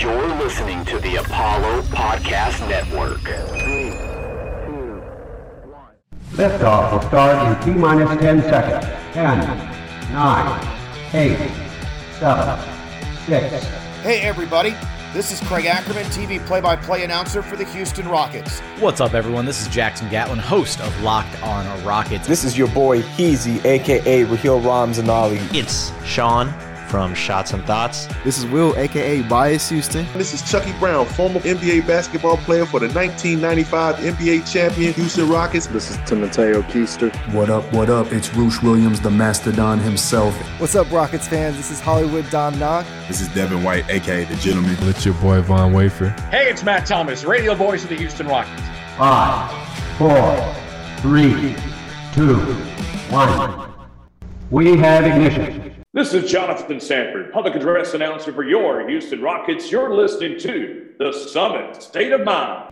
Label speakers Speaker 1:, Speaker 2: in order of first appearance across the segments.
Speaker 1: You're listening to the Apollo Podcast Network.
Speaker 2: Liftoff will start in T minus 10 seconds. 10, 9, 8, 7, 6.
Speaker 3: Hey, everybody. This is Craig Ackerman, TV play by play announcer for the Houston Rockets.
Speaker 4: What's up, everyone? This is Jackson Gatlin, host of Locked On Rockets.
Speaker 5: This is your boy Heezy, aka Raheel Ramzanali.
Speaker 6: It's Sean from Shots and Thoughts.
Speaker 7: This is Will, aka Bias Houston.
Speaker 8: This is Chucky Brown, former NBA basketball player for the 1995 NBA champion Houston Rockets.
Speaker 9: This is Timoteo Keister.
Speaker 10: What up, what up? It's Roosh Williams, the Mastodon himself.
Speaker 11: What's up, Rockets fans? This is Hollywood Dom Knock.
Speaker 12: This is Devin White, aka The Gentleman.
Speaker 13: It's your boy Von Wafer.
Speaker 14: Hey, it's Matt Thomas, radio voice of the Houston Rockets.
Speaker 2: Five, four, three, two, one. We have ignition.
Speaker 15: This is Jonathan Sanford, public address announcer for your Houston Rockets. You're listening to The Summit State of Mind.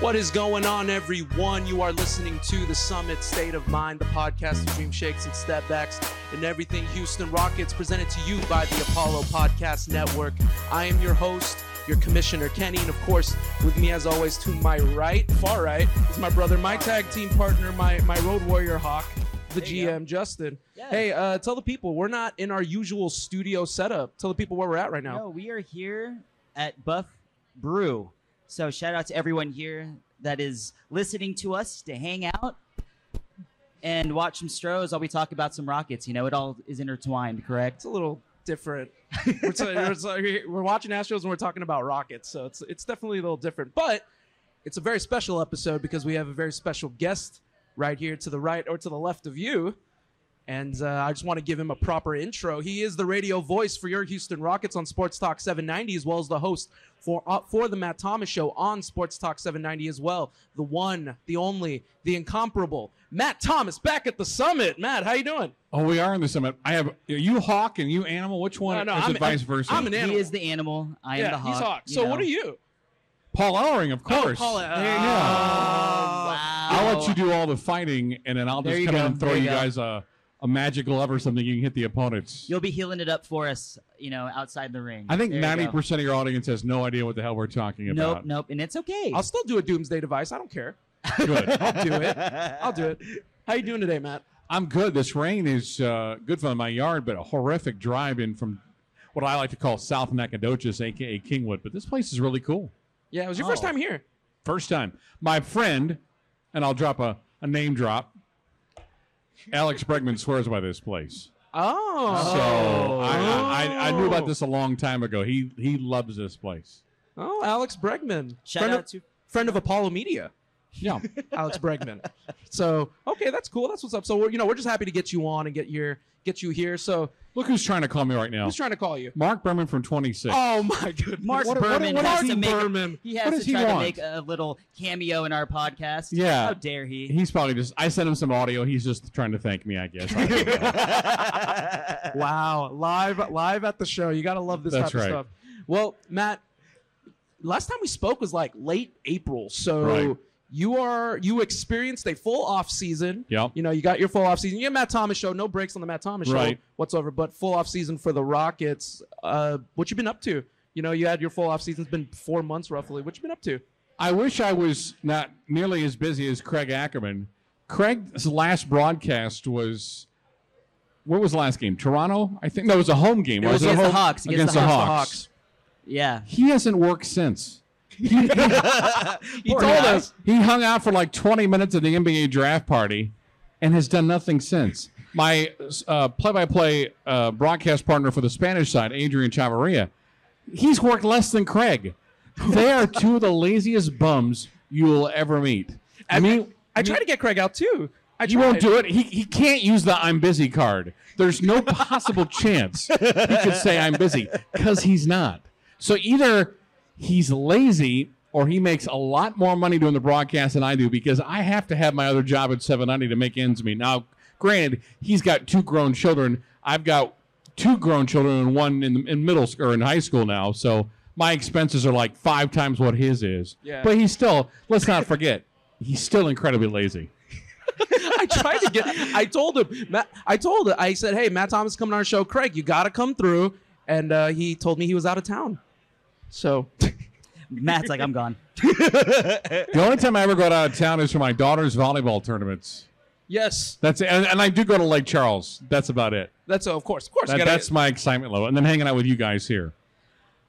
Speaker 16: What is going on, everyone? You are listening to the Summit State of Mind, the podcast of dream shakes and step backs and everything Houston Rockets, presented to you by the Apollo Podcast Network. I am your host, your commissioner Kenny, and of course, with me as always to my right, far right, is my brother, my tag team partner, my my road warrior hawk, the GM, Justin. Hey, uh, tell the people we're not in our usual studio setup. Tell the people where we're at right now.
Speaker 17: No, we are here at Buff Brew. So shout out to everyone here that is listening to us to hang out and watch some stros while we talk about some rockets. You know, it all is intertwined, correct?
Speaker 16: It's a little different. we're, t- we're, t- we're watching Astros and we're talking about Rockets, so it's it's definitely a little different. But it's a very special episode because we have a very special guest right here to the right or to the left of you. And uh, I just want to give him a proper intro. He is the radio voice for your Houston Rockets on Sports Talk 790, as well as the host for uh, for the Matt Thomas Show on Sports Talk 790 as well. The one, the only, the incomparable Matt Thomas back at the summit. Matt, how you doing?
Speaker 13: Oh, we are in the summit. I have you hawk and you animal. Which one
Speaker 16: No, no,
Speaker 13: is
Speaker 16: I'm-
Speaker 13: it vice
Speaker 16: I'm-
Speaker 13: versa?
Speaker 16: I'm an animal.
Speaker 17: He is the animal. I am
Speaker 16: yeah,
Speaker 17: the hawk.
Speaker 16: he's Hawk.
Speaker 17: you
Speaker 16: So what
Speaker 17: know.
Speaker 16: are you?
Speaker 13: Paul Ellering, of course.
Speaker 16: Paul-
Speaker 13: There you go.
Speaker 17: Oh,
Speaker 16: Uh,
Speaker 17: wow.
Speaker 13: I'll let you do all the fighting, and then I'll
Speaker 17: There
Speaker 13: just
Speaker 17: you
Speaker 13: come in
Speaker 17: go.
Speaker 13: and throw
Speaker 17: There
Speaker 13: you
Speaker 17: you go.
Speaker 13: guys a, a magic glove or something. You can hit the opponents.
Speaker 17: You'll be healing it up for us, you know, outside the ring.
Speaker 13: I think
Speaker 17: There you go.
Speaker 13: ninety percent of your audience has no idea what the hell we're talking
Speaker 17: Nope,
Speaker 13: about.
Speaker 17: nope, and it's okay.
Speaker 16: I'll still do a doomsday device. I don't care.
Speaker 13: Good.
Speaker 16: I'll do it. I'll do it. How you doing today, Matt?
Speaker 13: I'm good. This rain is uh, good for my yard, but a horrific drive in from what I like to call South Nacogdoches, aka Kingwood. But this place is really cool.
Speaker 16: Yeah, it was your
Speaker 17: Oh.
Speaker 16: first time here.
Speaker 13: First time. My friend, and I'll drop a, a name drop. Alex Bregman swears by this place.
Speaker 16: Oh.
Speaker 13: So I, I, I- I knew about this a long time ago. He he loves this place.
Speaker 16: Oh, Alex Bregman.
Speaker 17: Shout
Speaker 16: friend
Speaker 17: out
Speaker 16: of,
Speaker 17: to-
Speaker 16: friend of Apollo Media.
Speaker 13: Yeah.
Speaker 16: Alex Bregman. So okay, that's cool. That's what's up. So we're you know we're just happy to get you on and get your get you here. So
Speaker 13: Look who's trying to call me right now.
Speaker 16: who's trying to call you?
Speaker 13: Mark Berman from 26.
Speaker 16: Oh my goodness,
Speaker 17: Mark
Speaker 13: What- what-
Speaker 17: Berman
Speaker 13: what
Speaker 17: has
Speaker 13: is
Speaker 17: to
Speaker 13: he,
Speaker 17: make
Speaker 13: Berman?
Speaker 17: he
Speaker 13: What
Speaker 17: has
Speaker 13: does
Speaker 17: to
Speaker 13: he
Speaker 17: try to
Speaker 13: want?
Speaker 17: make a little cameo in our podcast.
Speaker 13: Yeah.
Speaker 17: How dare he?
Speaker 13: He's probably just, I sent him some audio. He's just trying to thank me, I guess.
Speaker 16: wow, live live at the show. You gotta love this
Speaker 13: That's
Speaker 16: type
Speaker 13: right.
Speaker 16: of stuff. Well, Matt, last time we spoke was like late April. So
Speaker 13: Right.
Speaker 16: you are you experienced a full off season.
Speaker 13: Yep.
Speaker 16: You know, you got your full off season. You get Matt Thomas show, no breaks on the Matt Thomas
Speaker 13: Right.
Speaker 16: show whatsoever, but full off season for the Rockets. Uh, what you been up to? You know, you had your full off season's been four months roughly. What you been up to?
Speaker 13: I wish I was not nearly as busy as Craig Ackerman. Craig's last broadcast was what was the last game? Toronto, I think. No, it was a home game.
Speaker 17: It
Speaker 13: right?
Speaker 17: was
Speaker 13: It a
Speaker 17: against the
Speaker 13: home-
Speaker 17: Hawks, against the Hawks. yeah.
Speaker 13: He hasn't worked since.
Speaker 16: He told
Speaker 17: guy.
Speaker 16: us.
Speaker 13: He hung out for like 20 minutes at the NBA draft party and has done nothing since. My uh, play-by-play uh, broadcast partner for the Spanish side, Adrian Chavarria, he's worked less than Craig. They are two of the laziest bums you will ever meet. I mean,
Speaker 16: I tried to get Craig out too. I
Speaker 13: you won't
Speaker 16: tried.
Speaker 13: do it. He, he can't use the I'm busy card. There's no possible chance he could say I'm busy because he's not. So either he's lazy or he makes a lot more money doing the broadcast than I do because I have to have my other job at 790 to make ends meet. Now, granted, he's got two grown children. I've got two grown children and one in, in middle sc- or in high school now. So my expenses are like five times what his is.
Speaker 16: Yeah.
Speaker 13: But he's still, let's not forget, he's still incredibly lazy.
Speaker 16: I tried to get. I told him. Matt, I told. him- I said, "Hey, Matt Thomas is coming on our show. Craig, you gotta come through." And uh, he told me he was out of town. So
Speaker 17: Matt's like, "I'm gone."
Speaker 13: The only time I ever go out of town is for my daughter's volleyball tournaments.
Speaker 16: Yes,
Speaker 13: That's it. And, and I do go to Lake Charles. That's about it.
Speaker 16: that's of course, of course.
Speaker 13: That-
Speaker 16: you gotta-
Speaker 13: that's my excitement level. And then hanging out with you guys here.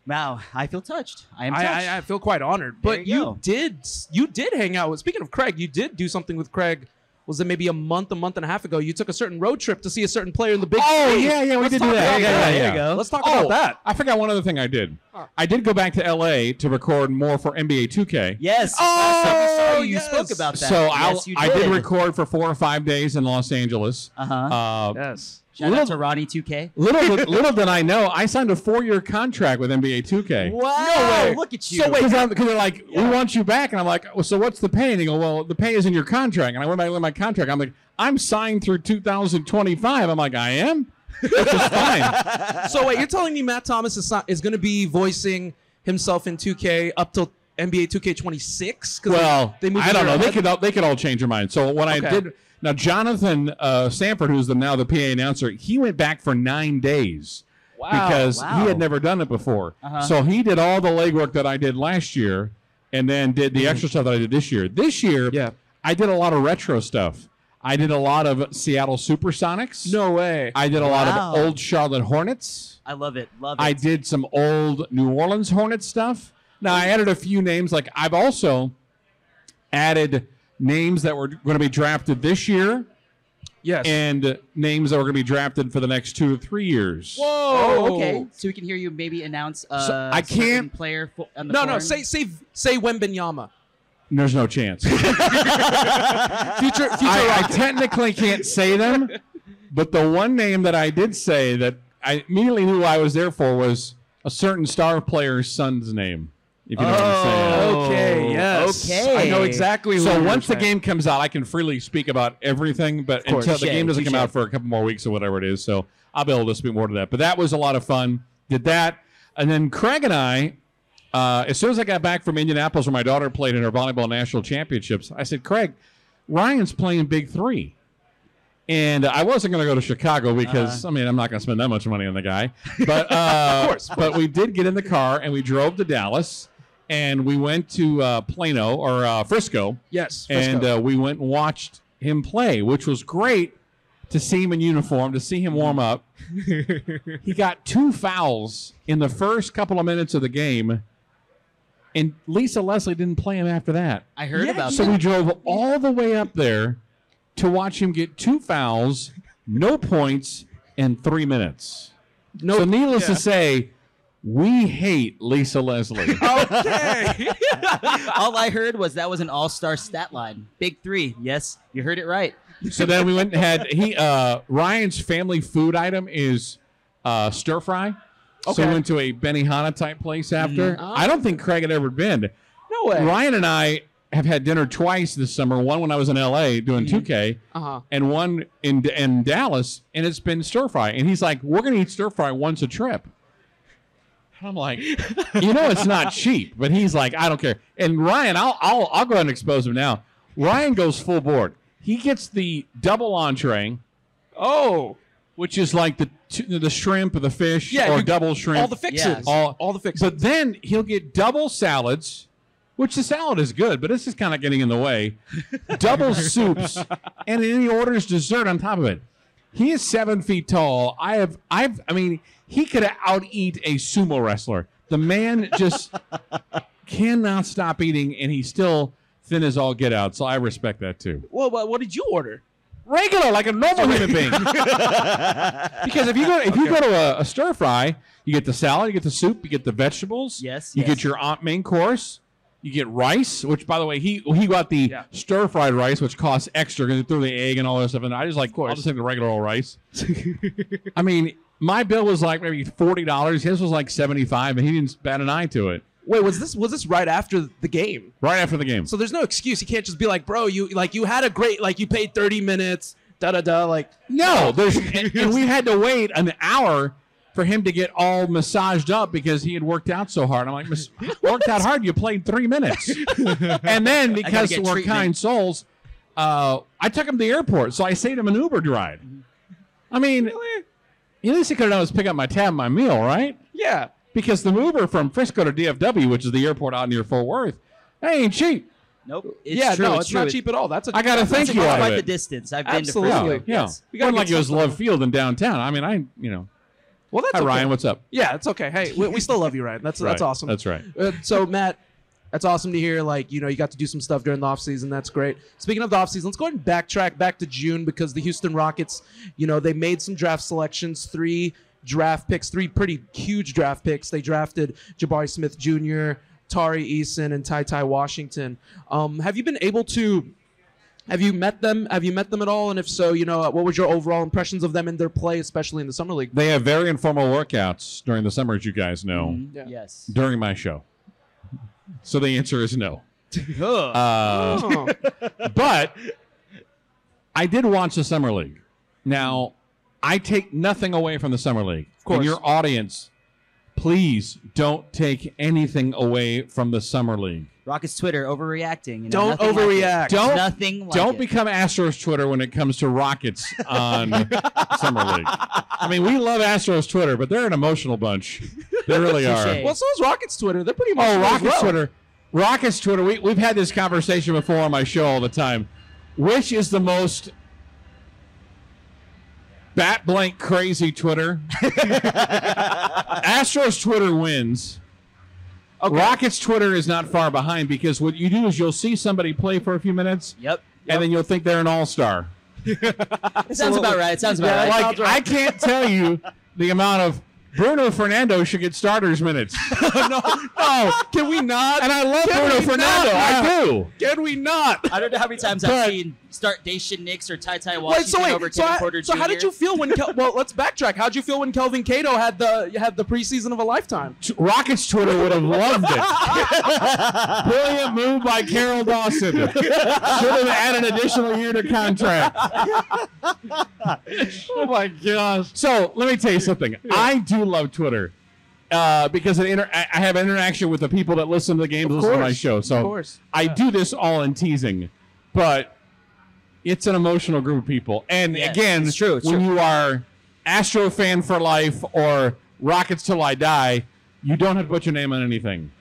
Speaker 17: Wow, I feel touched. I am touched.
Speaker 16: I, I, I feel quite honored. But you, did you did hang out with. Speaking of Craig, you did do something with Craig. Was it maybe a month, a month and a half ago? You took a certain road trip to see a certain player in the big.
Speaker 13: Oh,
Speaker 16: Three.
Speaker 13: yeah, yeah, we
Speaker 16: Let's
Speaker 13: did do
Speaker 16: talk
Speaker 13: that.
Speaker 16: about
Speaker 13: Yeah, yeah, yeah, yeah.
Speaker 16: Let's talk
Speaker 13: Oh,
Speaker 16: about that.
Speaker 13: I forgot one other thing I did. I did go back to LA to record more for NBA 2K.
Speaker 17: Yes.
Speaker 16: Oh,
Speaker 17: so you
Speaker 16: yes.
Speaker 17: spoke about that.
Speaker 13: So
Speaker 17: yes,
Speaker 13: I'll,
Speaker 17: you
Speaker 13: I did record for four or five days in Los Angeles.
Speaker 17: Uh-huh.
Speaker 13: Uh,
Speaker 16: yes.
Speaker 17: Shout out to Ronnie 2K.
Speaker 13: Little did, little did I know, I signed a four-year contract with NBA 2K.
Speaker 17: Wow, look at you.
Speaker 13: So wait, because they're like, we want you back, and I'm like, well, so what's the pay? And they go, well, the pay is in your contract. And I went back and looked at my contract. I'm like, I'm signed through 2025. I'm like, I am.
Speaker 16: so wait, you're telling me Matt Thomas is not, is going to be voicing himself in 2K up till NBA 2K26?
Speaker 13: Well,
Speaker 16: moved
Speaker 13: I don't
Speaker 16: it
Speaker 13: know. They
Speaker 16: around.
Speaker 13: could all, they could all change their mind. So when I
Speaker 16: Okay.
Speaker 13: did now, Jonathan uh, Sanford, who's the now the PA announcer, he went back for nine days
Speaker 16: Wow,
Speaker 13: because
Speaker 16: wow.
Speaker 13: he had never done it before.
Speaker 16: Uh-huh.
Speaker 13: So he did all the legwork that I did last year, and then did the
Speaker 16: Mm-hmm.
Speaker 13: extra stuff that I did this year. This year, yeah. I did a lot of retro stuff. I did a lot of Seattle Supersonics.
Speaker 16: No way.
Speaker 13: I did a lot
Speaker 17: Wow.
Speaker 13: of old Charlotte Hornets.
Speaker 17: I love it. Love it.
Speaker 13: I did some old New Orleans Hornets stuff. Now I added a few names. Like I've also added names that were going to be drafted this year.
Speaker 16: Yes.
Speaker 13: And names that were going to be drafted for the next two or three years.
Speaker 17: Whoa.
Speaker 13: Oh,
Speaker 17: okay. So we can hear you maybe announce. Uh,
Speaker 13: So I
Speaker 17: certain
Speaker 13: can't-
Speaker 17: player fo- on the
Speaker 16: No, no.
Speaker 17: foreign-
Speaker 16: Say say say Wembenyama.
Speaker 13: There's no chance.
Speaker 16: Future future
Speaker 13: I, I
Speaker 16: Rocket.
Speaker 13: technically can't say them, but the one name that I did say that I immediately knew I was there for was a certain star player's son's name. If you know what I'm saying.
Speaker 16: Okay, yes.
Speaker 17: Okay.
Speaker 16: I know exactly who
Speaker 13: So
Speaker 16: you're
Speaker 13: once the
Speaker 16: saying.
Speaker 13: game comes out, I can freely speak about everything. But
Speaker 16: course.
Speaker 13: until the
Speaker 16: Touche,
Speaker 13: game doesn't come
Speaker 16: touche.
Speaker 13: out for a couple more weeks or whatever it is, so I'll be able to speak more to that. But that was a lot of fun. Did that, and then Craig and I. Uh, as soon as I got back from Indianapolis, where my daughter played in her volleyball national championships, I said, "Craig, Ryan's playing Big Three. And I wasn't going to go to Chicago
Speaker 16: Uh-huh.
Speaker 13: because I mean I'm not going to spend that much money on the guy, but uh, of course. But we did get in the car and we drove to Dallas, and we went to uh, Plano or uh, Frisco.
Speaker 16: Yes,
Speaker 13: and
Speaker 16: Frisco.
Speaker 13: uh, we went and watched him play, which was great to see him in uniform, to see him warm up. he got two fouls in the first couple of minutes of the game, and Lisa Leslie didn't play him after that.
Speaker 17: I heard about
Speaker 13: So
Speaker 17: that.
Speaker 13: we drove all the way up there to watch him get two fouls, no points, in three minutes. No, so needless to say, we hate Lisa Leslie.
Speaker 17: Oh, All I heard was that was an all-star stat line. Big three. Yes, you heard it right.
Speaker 13: so then we went and had he uh, Ryan's family food item is uh, stir fry. So
Speaker 16: Okay.
Speaker 13: we went to a Benihana type place after.
Speaker 16: Mm.
Speaker 13: I don't think Craig had ever been.
Speaker 16: No way.
Speaker 13: Ryan and I have had dinner twice this summer. One when I was in LA doing 2K,
Speaker 16: Uh-huh.
Speaker 13: and one in in Dallas, and it's been stir fry. And he's like, "We're gonna eat stir fry once a trip." And I'm like, you know, it's not cheap, but he's like, I don't care. And Ryan, I'll I'll I'll go ahead and expose him now. Ryan goes full board. He gets the double entree.
Speaker 16: Oh.
Speaker 13: Which is like the two- the shrimp or the fish
Speaker 16: Yeah,
Speaker 13: or
Speaker 16: you-
Speaker 13: double shrimp.
Speaker 16: all the fixes. Yes.
Speaker 13: All,
Speaker 16: all the fixes.
Speaker 13: But then he'll get double salads, which the salad is good, but it's just kind of getting in the way. Double soups, and then he orders dessert on top of it. He is seven feet tall. I have, I've, I mean, he could out eat a sumo wrestler. The man just cannot stop eating, and he's still thin as all get out. So I respect that too.
Speaker 16: Well, well, what did you order?
Speaker 13: Regular, like a normal human being. Because if you go if you go to a, a stir fry, you get the salad, you get the soup, you get the vegetables.
Speaker 17: Yes,
Speaker 13: You
Speaker 17: yes.
Speaker 13: get your aunt main course. You get rice, which by the way, he he got the stir fried rice, which costs extra because they threw the egg and all that stuff. And I just like I'll just take the regular old rice. I mean, my bill was like maybe forty dollars. His was like seventy five, and he didn't bat an eye to it.
Speaker 16: Wait, was this was this right after the game?
Speaker 13: Right after the game.
Speaker 16: So there's no excuse. You can't just be like, bro, you like you had a great like you played 30 minutes. da da da. Like
Speaker 13: no,
Speaker 16: Oh,
Speaker 13: there's and, and we had to wait an hour for him to get all massaged up because he had worked out so hard. I'm like, "Mas- worked out hard. You played three minutes, and then because
Speaker 9: get
Speaker 13: we're
Speaker 9: treatment.
Speaker 13: kind souls, uh, I took him to the airport, so I saved him an Uber ride. I mean, at least he could have done was pick up my tab, and my meal, right?
Speaker 16: Yeah.
Speaker 13: Because the Uber from Frisco to DFW, which is the airport out near Fort Worth, that ain't cheap.
Speaker 17: Nope. It's
Speaker 16: yeah,
Speaker 17: true,
Speaker 16: no,
Speaker 17: it's
Speaker 16: it's not
Speaker 17: true.
Speaker 16: cheap at all. That's a,
Speaker 13: I got to
Speaker 16: that's a
Speaker 13: thank you
Speaker 16: lot
Speaker 13: out of
Speaker 16: like
Speaker 13: it.
Speaker 16: the
Speaker 17: distance. I've
Speaker 16: been to Absolutely. Frisco.
Speaker 13: Yeah,
Speaker 16: Yes. We
Speaker 13: yeah.
Speaker 16: gotta
Speaker 13: Wasn't like
Speaker 16: get
Speaker 13: it was
Speaker 16: something.
Speaker 13: Love Field in downtown. I mean, I you know.
Speaker 16: Well, that's
Speaker 13: Hi,
Speaker 16: okay.
Speaker 13: Ryan. What's up?
Speaker 16: Yeah, it's okay. Hey, we, we still love you, Ryan. That's that's
Speaker 13: Right,
Speaker 16: awesome.
Speaker 13: that's right.
Speaker 16: Uh, so Matt, that's awesome to hear. Like you know, you got to do some stuff during the offseason. That's great. Speaking of the offseason, let's go ahead and backtrack back to June because the Houston Rockets, you know, they made some draft selections. Three draft picks, three pretty huge draft picks. They drafted Jabari Smith Jr., Tari Eason, and Ty Ty Washington. Um, have you been able to? Have you met them? Have you met them at all? And if so, you know, what was your overall impressions of them and their play, especially in the summer league?
Speaker 13: They have very informal workouts during the summer, as you guys know.
Speaker 17: Mm-hmm.
Speaker 16: Yeah. Yes.
Speaker 13: During my show. So the answer is no.
Speaker 16: Oh.
Speaker 13: Uh, but I did watch the summer league. Now, I take nothing away from the summer league. Of
Speaker 16: course.
Speaker 13: your audience, please don't take anything away from the summer league.
Speaker 17: Rockets Twitter overreacting. You know,
Speaker 13: Don't
Speaker 17: nothing like it.
Speaker 13: overreact. Don't-
Speaker 17: nothing. Like
Speaker 13: don't
Speaker 17: it.
Speaker 13: become Astros Twitter when it comes to Rockets on summer league. I mean, we love Astros Twitter, but they're an emotional bunch. They really are.
Speaker 16: Well, so is Rockets Twitter. They're pretty much.
Speaker 13: Oh, Rockets
Speaker 16: well.
Speaker 13: Twitter. Rockets Twitter. We, we've had this conversation before on my show all the time. Which is the most bat blank crazy Twitter? Astros Twitter wins. Rockets Twitter is not far behind because what you do is you'll see somebody play for a few minutes.
Speaker 17: Yep.
Speaker 13: And then you'll think they're an all star.
Speaker 17: It sounds about right. It sounds about
Speaker 13: Yeah,
Speaker 17: right.
Speaker 13: Like I can't tell you the amount of Bruno Fernando should get starters minutes. no, no, can we not? And I love
Speaker 17: Can
Speaker 13: Bruno
Speaker 17: we
Speaker 13: Fernando.
Speaker 17: not?
Speaker 13: I do. Can we not?
Speaker 17: I don't know how many times
Speaker 13: But-
Speaker 17: I've seen start Dacian Nix or Ty Ty
Speaker 16: Wait,
Speaker 17: Washington
Speaker 16: so
Speaker 17: over
Speaker 16: wait, so,
Speaker 17: Kevin
Speaker 16: how-
Speaker 17: Porter
Speaker 16: so
Speaker 17: Jr.
Speaker 16: how did you feel when? Kel- well, let's backtrack. How did you feel when Kelvin Cato had the had the preseason of a lifetime?
Speaker 13: Rockets Twitter would have loved it. Brilliant move by Carol Dawson. Should have added an additional year to contract. oh my gosh. So let me tell you something. I do love Twitter uh, because it inter- I I have interaction with the people that listen to the games, listen to my
Speaker 16: course,
Speaker 13: show. So
Speaker 16: of course,
Speaker 13: I do this all in teasing, but it's an emotional group of people. And
Speaker 16: Yes,
Speaker 13: again,
Speaker 16: it's true, it's
Speaker 13: when
Speaker 16: true.
Speaker 13: you are Astro fan for life or Rockets till I die, you don't have to put your name on anything.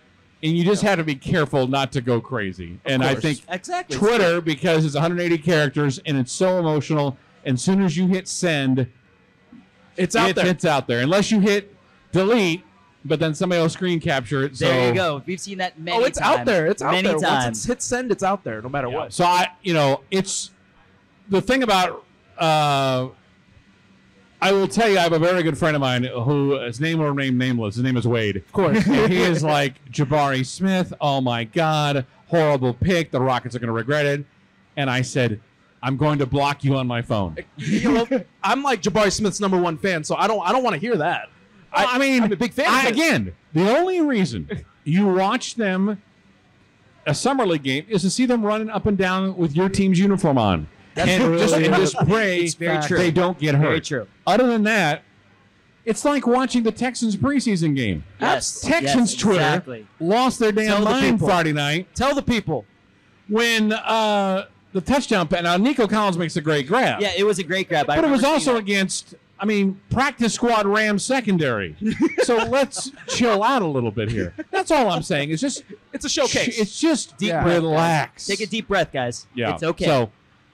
Speaker 13: And you just have to be careful not to go crazy. and I
Speaker 17: course.
Speaker 13: think
Speaker 17: Exactly.
Speaker 13: Twitter, because it's 180 characters and it's so emotional, and as soon as you hit send,
Speaker 16: it's out
Speaker 13: it-
Speaker 16: there.
Speaker 13: It's out there. Unless you hit delete, but then somebody will screen capture it.
Speaker 17: There
Speaker 13: so
Speaker 17: you go. We've seen that many
Speaker 16: oh, it's
Speaker 17: times.
Speaker 16: out there. It's out
Speaker 17: many
Speaker 16: there.
Speaker 17: Times.
Speaker 16: Once it's hit send, it's out there, no matter what.
Speaker 13: So I, you know, it's the thing about. Uh, I will tell you, I have a very good friend of mine who his name will remain nameless. His name is Wade, of
Speaker 16: course.
Speaker 13: and he is like Jabari Smith. Oh my God, horrible pick. The Rockets are going to regret it. And I said, I'm going to block you on my phone.
Speaker 16: You know, I'm like Jabari Smith's number one fan, so I don't I don't want to hear that.
Speaker 13: I, mean,
Speaker 16: I'm a big fan.
Speaker 13: I-
Speaker 16: of his.
Speaker 13: again, the only reason you watch them a summer league game is to see them running up and down with your team's uniform on,
Speaker 17: That's
Speaker 13: and
Speaker 17: really
Speaker 13: just and
Speaker 17: true.
Speaker 13: just pray
Speaker 17: It's very true.
Speaker 13: they don't get hurt.
Speaker 17: Very true.
Speaker 13: Other than that, it's like watching the Texans preseason game.
Speaker 17: Yes,
Speaker 13: Texans
Speaker 17: yes,
Speaker 13: Twitter
Speaker 17: exactly.
Speaker 13: lost their damn
Speaker 16: Tell the
Speaker 13: mind
Speaker 16: people.
Speaker 13: Friday night
Speaker 16: Tell the people.
Speaker 13: when uh, the touchdown. pa- Now Nico Collins makes a great grab.
Speaker 17: Yeah, it was a great grab. I
Speaker 13: But it was
Speaker 17: remember
Speaker 13: also
Speaker 17: seeing
Speaker 13: against, I mean, practice squad Rams secondary. so let's chill out a little bit here. That's all I'm saying. It's just,
Speaker 16: It's a showcase.
Speaker 13: it's just
Speaker 17: Deep
Speaker 13: yeah.
Speaker 17: breath, guys.
Speaker 13: relax.
Speaker 17: Take a deep breath, guys.
Speaker 13: Yeah.
Speaker 17: It's okay.
Speaker 13: So,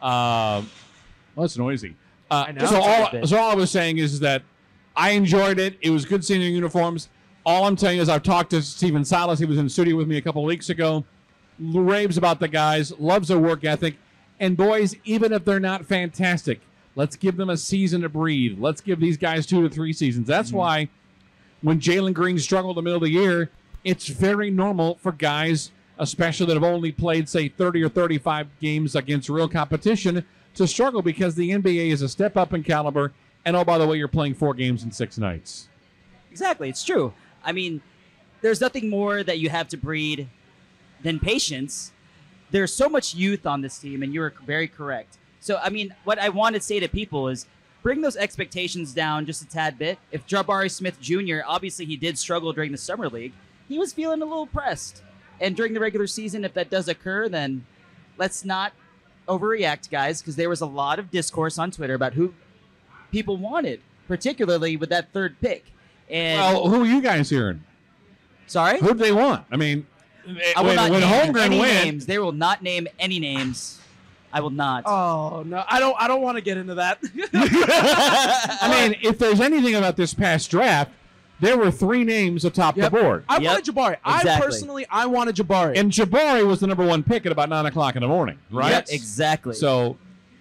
Speaker 13: um, well, it's noisy. Uh,
Speaker 17: I
Speaker 13: So
Speaker 17: know. It's a
Speaker 13: all,
Speaker 17: good bit.
Speaker 13: so all I was saying is that I enjoyed it. It was good seeing the uniforms. All I'm telling you is I've talked to Steven Silas. He was in the studio with me a couple of weeks ago. Raves about the guys, loves their work ethic. And boys, even if they're not fantastic, let's give them a season to breathe. Let's give these guys two to three seasons. That's why when Jalen Green struggled the middle of the year, it's very normal for guys, especially that have only played, say, 30 or 35 games against real competition, to struggle because the NBA is a step up in caliber. And oh, by the way, you're playing four games in six nights.
Speaker 17: Exactly, it's true. I mean, there's nothing more that you have to breed than patience. There's so much youth on this team, and you are very correct. So, I mean, what I want to say to people is bring those expectations down just a tad bit. If Jabari Smith Jr., obviously he did struggle during the summer league, he was feeling a little pressed. And during the regular season, if that does occur, then let's not overreact, guys, because there was a lot of discourse on Twitter about who people wanted, particularly with that third pick. And
Speaker 13: Well, who are you guys hearing?
Speaker 17: Sorry?
Speaker 13: Who'd they want? I mean,
Speaker 17: I will
Speaker 13: when,
Speaker 17: not
Speaker 13: when
Speaker 17: name
Speaker 13: Holmgren
Speaker 17: any
Speaker 13: went,
Speaker 17: names. They will not name any names. I will not.
Speaker 16: Oh no, I don't. I don't want to get into that.
Speaker 13: I mean, if there's anything about this past draft, there were three names atop
Speaker 16: Yep.
Speaker 13: the board.
Speaker 16: I wanted Jabari. I
Speaker 13: Exactly.
Speaker 16: personally, I wanted Jabari.
Speaker 13: And Jabari was the number one pick at about nine o'clock in the morning, right?
Speaker 17: Yep, exactly.
Speaker 13: So,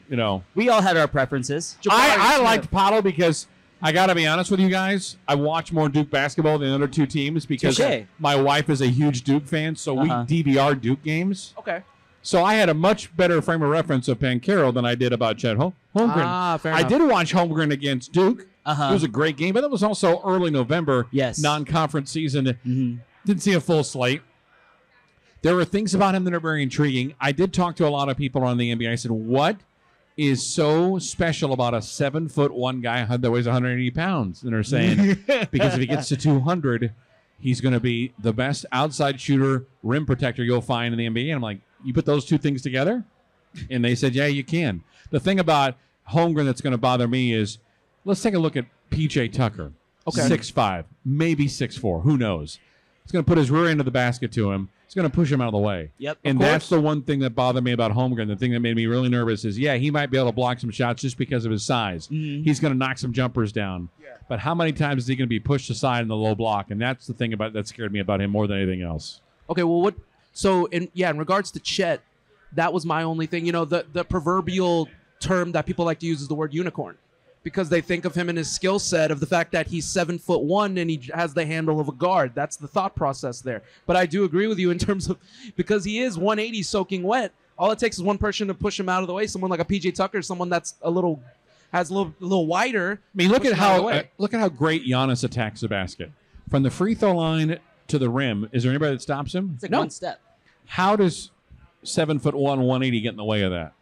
Speaker 13: you know,
Speaker 17: we all had our preferences.
Speaker 13: I, I liked Paolo because I got to be honest with you guys. I watch more Duke basketball than the other two teams because
Speaker 16: Touche.
Speaker 13: my wife is a huge Duke fan, so
Speaker 16: Uh-huh.
Speaker 13: we DVR Duke games.
Speaker 16: Okay.
Speaker 13: So I had a much better frame of reference of Pancaro than I did about Chet Hol- Holmgren.
Speaker 16: Ah, fair
Speaker 13: I
Speaker 16: enough.
Speaker 13: did watch Holmgren against Duke.
Speaker 16: Uh-huh.
Speaker 13: It was a great game, but that was also early November,
Speaker 16: Yes.
Speaker 13: non-conference season.
Speaker 17: Mm-hmm.
Speaker 13: Didn't see a full slate. There were things about him that are very intriguing. I did talk to a lot of people on the NBA. I said, "What is so special about a seven foot one guy that weighs 180 pounds?" And they're saying, "Because if he gets to 200, he's going to be the best outside shooter, rim protector you'll find in the NBA." And I'm like, "You put those two things together?" And they said, "Yeah, you can." The thing about Holmgren that's going to bother me is, let's take a look at PJ Tucker,
Speaker 16: Okay.
Speaker 13: six five, maybe six four, who knows? He's going to put his rear end of the basket to him. He's going to push him out of the way.
Speaker 17: Yep, of
Speaker 13: And
Speaker 17: course.
Speaker 13: that's the one thing that bothered me about Holmgren. The thing that made me really nervous is, yeah, he might be able to block some shots just because of his size.
Speaker 16: Mm-hmm.
Speaker 13: He's going to knock some jumpers down. But how many times is he going to be pushed aside in the low block? And that's the thing about that scared me about him more than anything else.
Speaker 16: Okay, well, what? So, in yeah, in regards to Chet, that was my only thing. You know, the the proverbial term that people like to use is the word unicorn, because they think of him and his skill set of the fact that he's seven foot one and he j- has the handle of a guard. That's the thought process there. But I do agree with you in terms of because he is 180 soaking wet. All it takes is one person to push him out of the way. Someone like a PJ Tucker, someone that's a little has a little a little wider.
Speaker 13: I mean, look
Speaker 16: push
Speaker 13: at
Speaker 16: him out of the
Speaker 13: how
Speaker 16: way.
Speaker 13: uh, look at how great Giannis attacks the basket from the free throw line to the rim. Is there anybody that stops him?
Speaker 17: It's like one step.
Speaker 13: How does seven foot one, one eighty get in the way of that?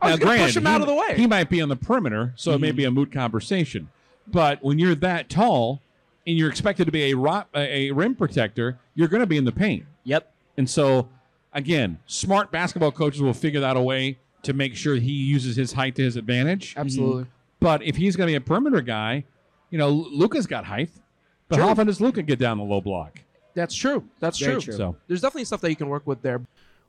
Speaker 16: I was gonna Oh, push him
Speaker 13: he,
Speaker 16: out of the way. Mm-hmm.
Speaker 13: He might be on the perimeter, so it may be a moot conversation. But when you're that tall and you're expected to be a ro- a a rim protector, you're going to be in the paint.
Speaker 17: Yep.
Speaker 13: And so, again, smart basketball coaches will figure out a way to make sure he uses his height to his advantage.
Speaker 16: Absolutely. Mhm.
Speaker 13: But if he's going to be a perimeter guy, you know, Luca's got height. But
Speaker 16: True.
Speaker 13: how often does Luca get down the low block?
Speaker 16: That's true. That's
Speaker 13: Very
Speaker 16: true.
Speaker 13: true. So-
Speaker 16: There's definitely stuff that you can work with there.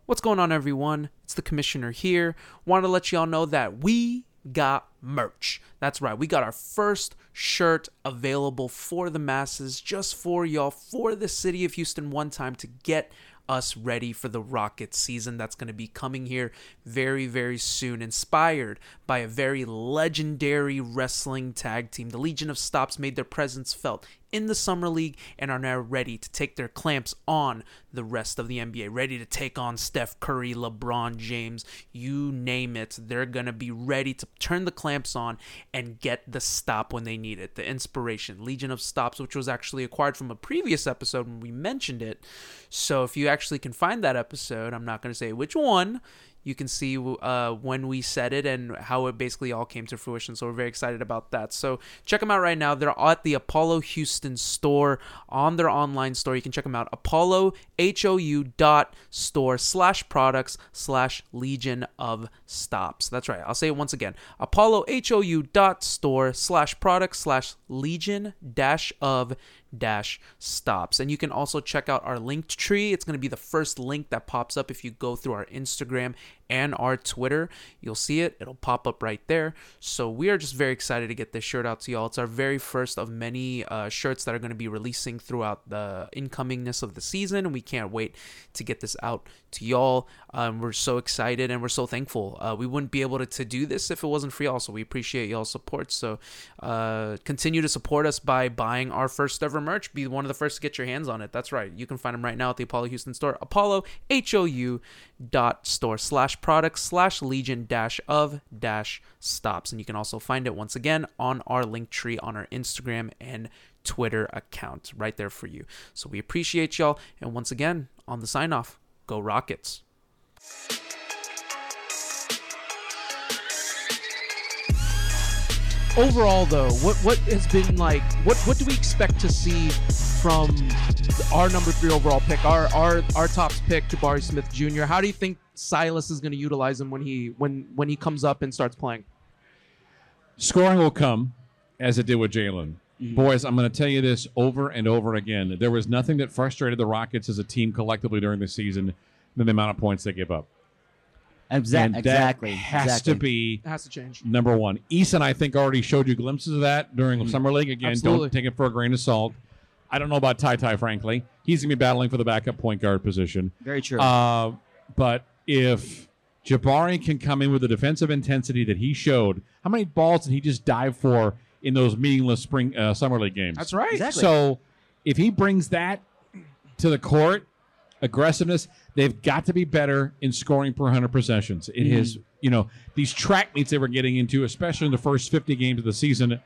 Speaker 16: What's going on, everyone? It's the commissioner here. Wanted to let y'all know that we got merch. That's right. We got our first shirt available for the masses, just for y'all, for the city of Houston one time to get us ready for the Rocket season that's going to be coming here very, very soon. Inspired by a very legendary wrestling tag team, the Legion of Stops made their presence felt in the Summer League and are now ready to take their clamps on the rest of the NBA. Ready to take on Steph Curry, LeBron James, you name it. They're going to be ready to turn the clamps on and get the stop when they need it. The inspiration, Legion of Stops, which was actually acquired from a previous episode when we mentioned it. So if you actually can find that episode, I'm not going to say which one. You can see uh, when we said it and how it basically all came to fruition. So we're very excited about that. So check them out right now. They're at the Apollo Houston store on their online store. You can check them out. Apollo HOU dot store slash products slash Legion of Stops. That's right. I'll say it once again. Apollo HOU dot store slash products slash Legion dash of dash stops and you can also check out our linked tree it's going to be the first link that pops up if you go through our instagram and our twitter you'll see it it'll pop up right there so we are just very excited to get this shirt out to y'all it's our very first of many uh, shirts that are going to be releasing throughout the incomingness of the season and we can't wait to get this out to y'all um, we're so excited and we're so thankful uh, we wouldn't be able to, to do this if it wasn't for y'all so we appreciate y'all's support so uh, continue to support us by buying our first ever merch. Be one of the first to get your hands on it. That's right. You can find them right now at the Apollo Houston store, Apollo HOU dot store slash products slash legion dash of dash stops. And you can also find it once again on our link tree on our Instagram and Twitter account right there for you. So we appreciate y'all. And once again, on the sign off, go Rockets. overall though, what what has been like? What what do we expect to see from our number three overall pick, our our our tops pick, Jabari Smith Jr. How do you think Silas is going to utilize him when he when when he comes up and starts playing?
Speaker 13: Scoring will come as it did with Jalen. Boys, I'm going to tell you this over and over again. There was nothing that frustrated the Rockets as a team collectively during the season than the amount of points they give up.
Speaker 17: Exac-
Speaker 13: And that
Speaker 17: exactly,
Speaker 13: has
Speaker 17: exactly.
Speaker 13: to be
Speaker 16: It has to change.
Speaker 13: number one. Eason, I think, already showed you glimpses of that during
Speaker 17: Mm-hmm.
Speaker 13: summer league. Again,
Speaker 16: Absolutely.
Speaker 13: don't take it for a grain of salt. I don't know about Ty Ty, frankly. He's going to be battling for the backup point guard position.
Speaker 17: Very true.
Speaker 13: Uh, but if Jabari can come in with the defensive intensity that he showed, how many balls did he just dive for in those meaningless spring uh, summer league games?
Speaker 16: That's right. Exactly.
Speaker 13: So if he brings that to the court, aggressiveness, they've got to be better in scoring per 100 possessions. It
Speaker 16: Mhm.
Speaker 13: is, you know, these track meets they were getting into, especially in the first 50 games of the season,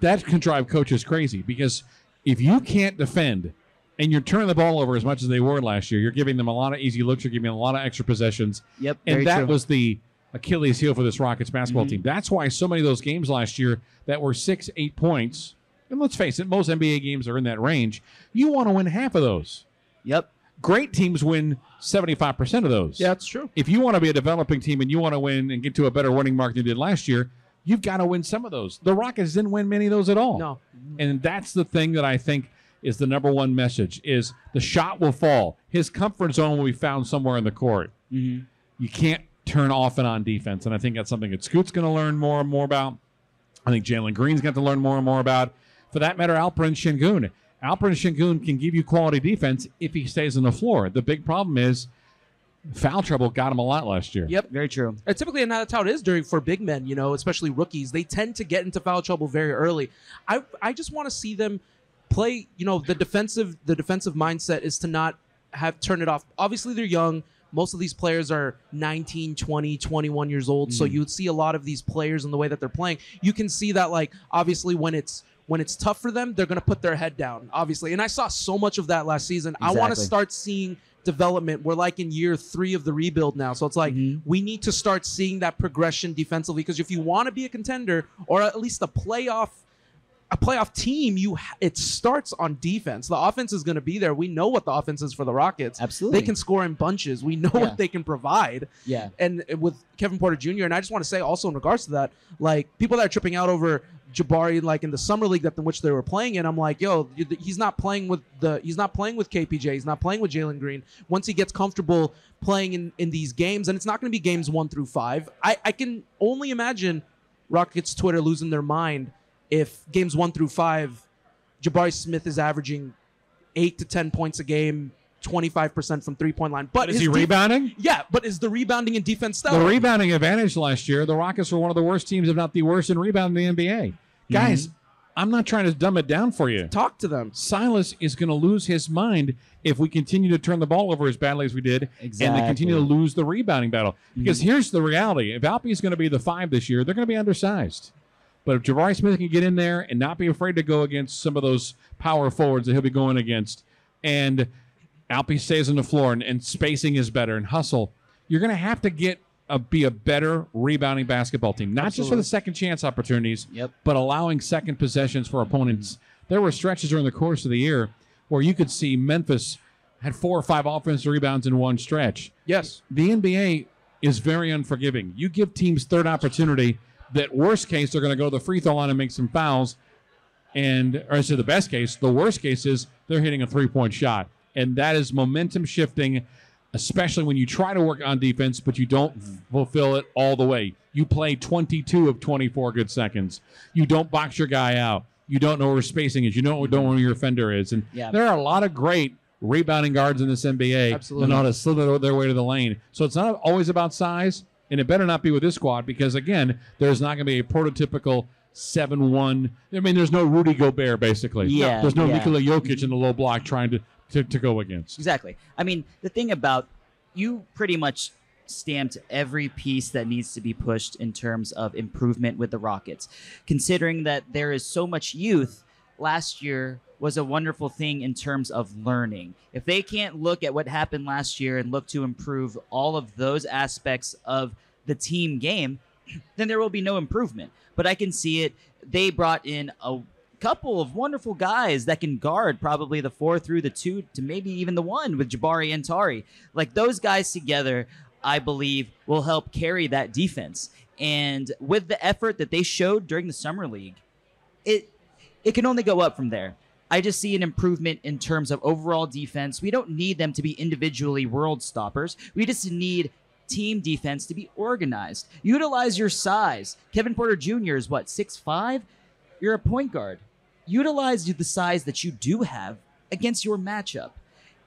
Speaker 13: that can drive coaches crazy because if you can't defend and you're turning the ball over as much as they were last year, you're giving them a lot of easy looks, you're giving them a lot of extra possessions.
Speaker 17: Yep, very
Speaker 13: And that
Speaker 17: true.
Speaker 13: was the Achilles heel for this Rockets basketball
Speaker 17: Mhm.
Speaker 13: team. That's why so many of those games last year that were six, eight points, and let's face it, most NBA games are in that range. You want to win half of those.
Speaker 17: Yep.
Speaker 13: Great teams win 75% of those.
Speaker 16: Yeah, that's true.
Speaker 13: If you want to be a developing team and you want to win and get to a better winning mark than you did last year, you've got to win some of those. The Rockets didn't win many of those at all.
Speaker 16: No.
Speaker 13: And that's the thing that I think is the number one message is the shot will fall. His comfort zone will be found somewhere in the court.
Speaker 17: Mm-hmm.
Speaker 13: You can't turn off and on defense. And I think that's something that Scoot's going to learn more and more about. I think Jalen Green's got to learn more and more about. For that matter, Alperin Shingun. Alperin Shingun can give you quality defense if he stays on the floor. The big problem is foul trouble got him a lot last year.
Speaker 16: Yep.
Speaker 17: Very true.
Speaker 16: And typically, and that's how it is during for big men, you know, especially rookies. They tend to get into foul trouble very early. I I just want to see them play. You know, the defensive the defensive mindset is to not have turn it off. Obviously, they're young. Most of these players are 19, 20, 21 years old. So
Speaker 17: Mhm.
Speaker 16: you would see a lot of these players in the way that they're playing. You can see that, like, obviously, when it's when it's tough for them, they're going to put their head down, obviously. And I saw so much of that last season. I want to
Speaker 17: Exactly.
Speaker 16: start seeing development. We're like in year three of the rebuild now. So it's like
Speaker 17: Mm-hmm.
Speaker 16: we need to start seeing that progression defensively because if you want to be a contender or at least a playoff a playoff team, you ha- it starts on defense. The offense is going to be there. We know what the offense is for the Rockets.
Speaker 17: Absolutely.
Speaker 16: they can score in bunches. We know
Speaker 17: Yeah.
Speaker 16: what they can provide.
Speaker 17: Yeah.
Speaker 16: and with Kevin Porter Jr. And I just want to say also in regards to that, like people that are tripping out over Jabari, like in the summer league that in which they were playing in, I'm like, yo, you- he's not playing with the he's not playing with KPJ, he's not playing with Jalen Green. Once he gets comfortable playing in in these games, and it's not going to be games one through five. I I can only imagine Rockets Twitter losing their mind if games one through five, Jabari Smith is averaging eight to ten points a game. 25% from three point line. But
Speaker 13: Is
Speaker 16: his
Speaker 13: he
Speaker 16: def-
Speaker 13: rebounding?
Speaker 16: yeah, but is the rebounding and defense stuff?
Speaker 13: The rebounding advantage last year, the Rockets were one of the worst teams, if not the worst, in rebounding in the NBA. Guys, I'm not trying to dumb it down for you.
Speaker 16: Talk to them.
Speaker 13: Silas is going to lose his mind if we continue to turn the ball over as badly as we did, and they continue to
Speaker 17: Exactly. Mm-hmm.
Speaker 13: lose the rebounding battle. Because here's the reality: if Alpe's going to be the five this year, they're going to be undersized. But if Jabari Smith can get in there and not be afraid to go against some of those power forwards that he'll be going against, and Alpe stays on the floor and, and spacing is better and hustle, you're going to have to get a, be a better rebounding basketball team, not just for the
Speaker 17: Absolutely.
Speaker 13: second chance opportunities,
Speaker 17: Yep.
Speaker 13: but allowing second possessions for opponents. There were stretches during the course of the year where you could see Memphis had four or five offensive rebounds in one stretch.
Speaker 16: Yes.
Speaker 13: The NBA is very unforgiving. You give teams third opportunity that worst case they're going to go to the free throw line and make some fouls and or I say the best case, the worst case is they're hitting a three-point shot. And that is momentum shifting, especially when you try to work on defense, but you don't fulfill it all the way. You play 22 of 24 good seconds. You don't box your guy out. You don't know where spacing is. You don't, don't know where your offender is. And
Speaker 17: Yeah.
Speaker 13: there are a lot of great rebounding guards in this NBA
Speaker 16: Absolutely.
Speaker 13: that know how to slither their way to the lane. So it's not always about size, and it better not be with this squad because, again, there's not going to be a prototypical 7 1. I mean, there's no Rudy Gobert, basically.
Speaker 17: Yeah,
Speaker 13: There's no
Speaker 17: yeah.
Speaker 13: Nikola Jokic in the low block trying to, to, to go against.
Speaker 17: Exactly. I mean, the thing about you pretty much stamped every piece that needs to be pushed in terms of improvement with the Rockets, considering that there is so much youth. Last year was a wonderful thing in terms of learning. If they can't look at what happened last year and look to improve all of those aspects of the team game, then there will be no improvement. But I can see it. They brought in a couple of wonderful guys that can guard probably the four through the two to maybe even the one with Jabari and Tari. Like those guys together, I believe will help carry that defense. And with the effort that they showed during the summer league, it it can only go up from there. I just see an improvement in terms of overall defense. We don't need them to be individually world stoppers. We just need team defense to be organized. Utilize your size. Kevin Porter Jr. is what, 6'5? You're a point guard. Utilize the size that you do have against your matchup.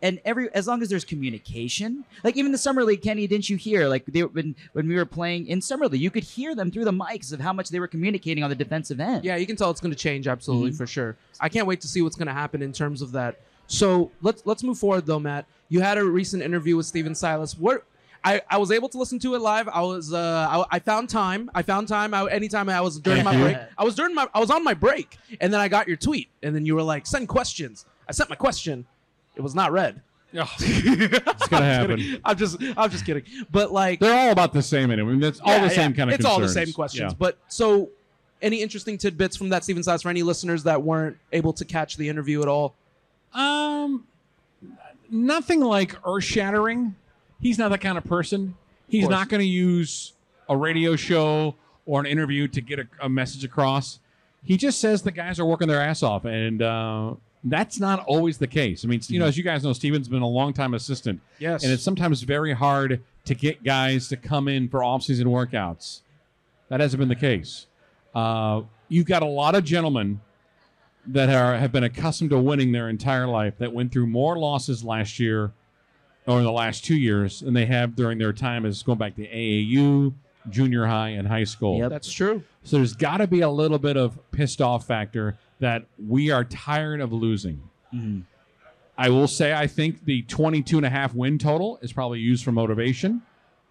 Speaker 17: And every as long as there's communication, like even the summer league, Kenny, didn't you hear? Like they, when when we were playing in summer league, you could hear them through the mics of how much they were communicating on the defensive end.
Speaker 16: Yeah, you can tell it's going to change absolutely
Speaker 13: Mm-hmm.
Speaker 16: for sure. I can't wait to see what's going to happen in terms of that. So let's let's move forward though, Matt. You had a recent interview with Steven Silas. What I, I was able to listen to it live. I was uh I, I found time. I found time. I, anytime I was during my break, I was during my I was on my break, and then I got your tweet, and then you were like, send questions. I sent my question. It was not read.
Speaker 13: it's gonna happen.
Speaker 16: I'm just I'm just kidding. But like
Speaker 13: They're all about the same anyway. I mean, it's all
Speaker 16: Yeah,
Speaker 13: the
Speaker 16: yeah.
Speaker 13: same kind of.
Speaker 16: It's all the
Speaker 13: concerns.
Speaker 16: same questions.
Speaker 13: Yeah.
Speaker 16: But so, any interesting tidbits from that Steven Silas for any listeners that weren't able to catch the interview at all?
Speaker 13: Um, nothing like earth shattering. He's not that kind of person. He's
Speaker 16: course.
Speaker 13: not going to use a radio show or an interview to get a, a message across. He just says the guys are working their ass off, and uh, that's not always the case. I mean, you know, as you guys know, Steven's been a longtime assistant.
Speaker 16: Yes.
Speaker 13: and it's sometimes very hard to get guys to come in for off-season workouts. That hasn't been the case. Uh, you've got a lot of gentlemen that are have been accustomed to winning their entire life that went through more losses last year or in the last two years than they have during their time as going back to AAU, junior high, and high school.
Speaker 16: That's true.
Speaker 13: So there's got to be a little bit of pissed off factor that we are tired of losing.
Speaker 17: Mm-hmm.
Speaker 13: I will say I think the 22 and a half win total is probably used for motivation.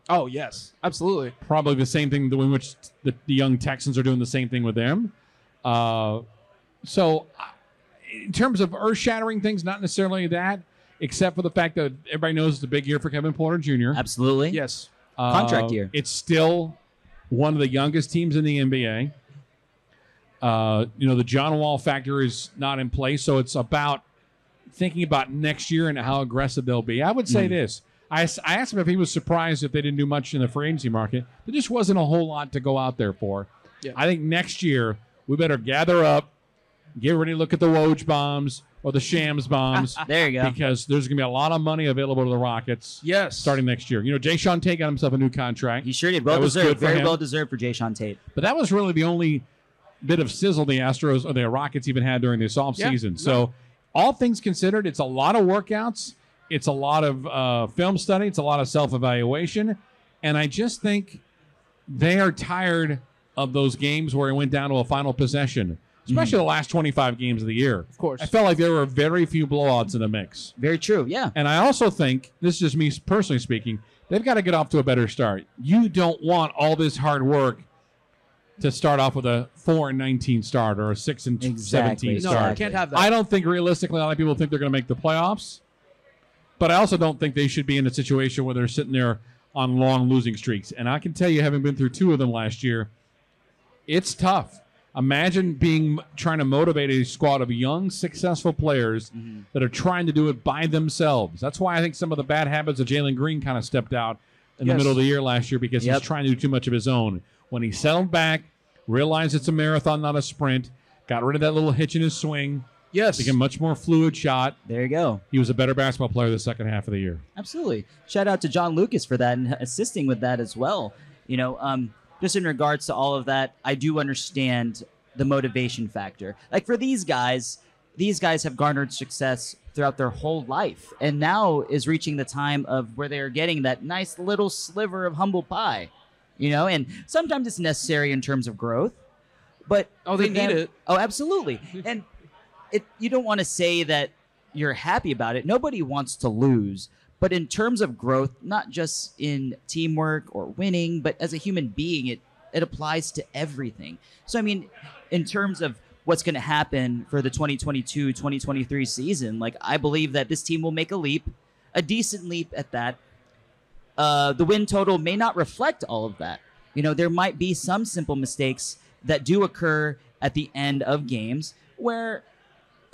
Speaker 16: Oh yes, absolutely.
Speaker 13: Probably the same thing that in which the, the young Texans are doing the same thing with them. Uh, so uh, in terms of earth shattering things, not necessarily that, except for the fact that everybody knows it's a big year for Kevin Porter Jr.
Speaker 17: Absolutely.
Speaker 16: Yes.
Speaker 17: Contract year.
Speaker 13: Uh, It's still one of the youngest teams in the NBA. Uh, you know, the John Wall factor is not in place, so it's about thinking about next year and how aggressive they'll be. I would say
Speaker 9: Mhm.
Speaker 17: Mm.
Speaker 13: this. I, as- I asked him if he was surprised if they didn't do much in the free agency market. There just wasn't a whole lot to go out there for.
Speaker 16: Yeah.
Speaker 13: I think next year we better gather up, get ready to look at the Woj bombs or the Shams bombs.
Speaker 17: there you go.
Speaker 13: Because there's going to be a lot of money available to the Rockets.
Speaker 16: Yes.
Speaker 13: Starting next year. You know, Jay Sean Tate got himself a new contract. He
Speaker 17: sure did.
Speaker 13: that
Speaker 17: Well
Speaker 13: was good
Speaker 17: deserved.
Speaker 13: for
Speaker 17: Very
Speaker 13: him.
Speaker 17: well deserved for Jay Sean Tate.
Speaker 13: But that was really the only bit of sizzle the Astros or the Rockets even had during this offseason.
Speaker 16: no.
Speaker 13: So, all things considered, it's a lot of workouts, it's a lot of uh, film study, it's a lot of self evaluation. And I just think they are tired of those games where it went down to a final possession, especially the last 25 games of the year. Of
Speaker 16: Hmm. course.
Speaker 13: I felt like there were very few blowouts in the mix.
Speaker 17: Very true, yeah.
Speaker 13: And I also think, this is just me personally speaking, they've got to get off to a better start. You don't want all this hard work to start off with a 4 and 19 start or a 6 and 17
Speaker 16: No,
Speaker 13: start.
Speaker 16: you can't have that.
Speaker 13: I don't think realistically a lot of people think they're going to make the playoffs, but I also don't think they should be in a situation where they're sitting there on long losing streaks. And I can tell you, having been through two of them last year, it's tough. Imagine being trying to motivate a squad of young, successful players
Speaker 16: Mm-hmm.
Speaker 13: that are trying to do it by themselves. That's why I think some of the bad habits of Jalen Green kind of stepped out in the
Speaker 16: Yes.
Speaker 13: middle of the year last year because
Speaker 16: Yep.
Speaker 13: he's trying to do too much of his own. When he settled back, realized it's a marathon, not a sprint, got rid of that little hitch in his swing.
Speaker 16: Yes.
Speaker 13: Became a much more fluid shot.
Speaker 17: There you go.
Speaker 13: He was a better basketball player the second half of the year.
Speaker 17: Absolutely. Shout out to John Lucas for that and assisting with that as well. You know, um, just in regards to all of that, I do understand the motivation factor. Like for these guys, these guys have garnered success throughout their whole life and now is reaching the time of where they are getting that nice little sliver of humble pie, you know, and sometimes it's necessary in terms of growth, but
Speaker 16: Oh, they
Speaker 17: for them-
Speaker 16: need it.
Speaker 17: Oh, absolutely. And it you don't want to say that you're happy about it. Nobody wants to lose, but in terms of growth, not just in teamwork or winning, but as a human being, it it applies to everything. So I mean, in terms of what's going to happen for the 2022-2023 season, like I believe that this team will make a leap, a decent leap at that. Uh, the win total may not reflect all of that. You You know, there might be some simple mistakes that do occur at the end of games where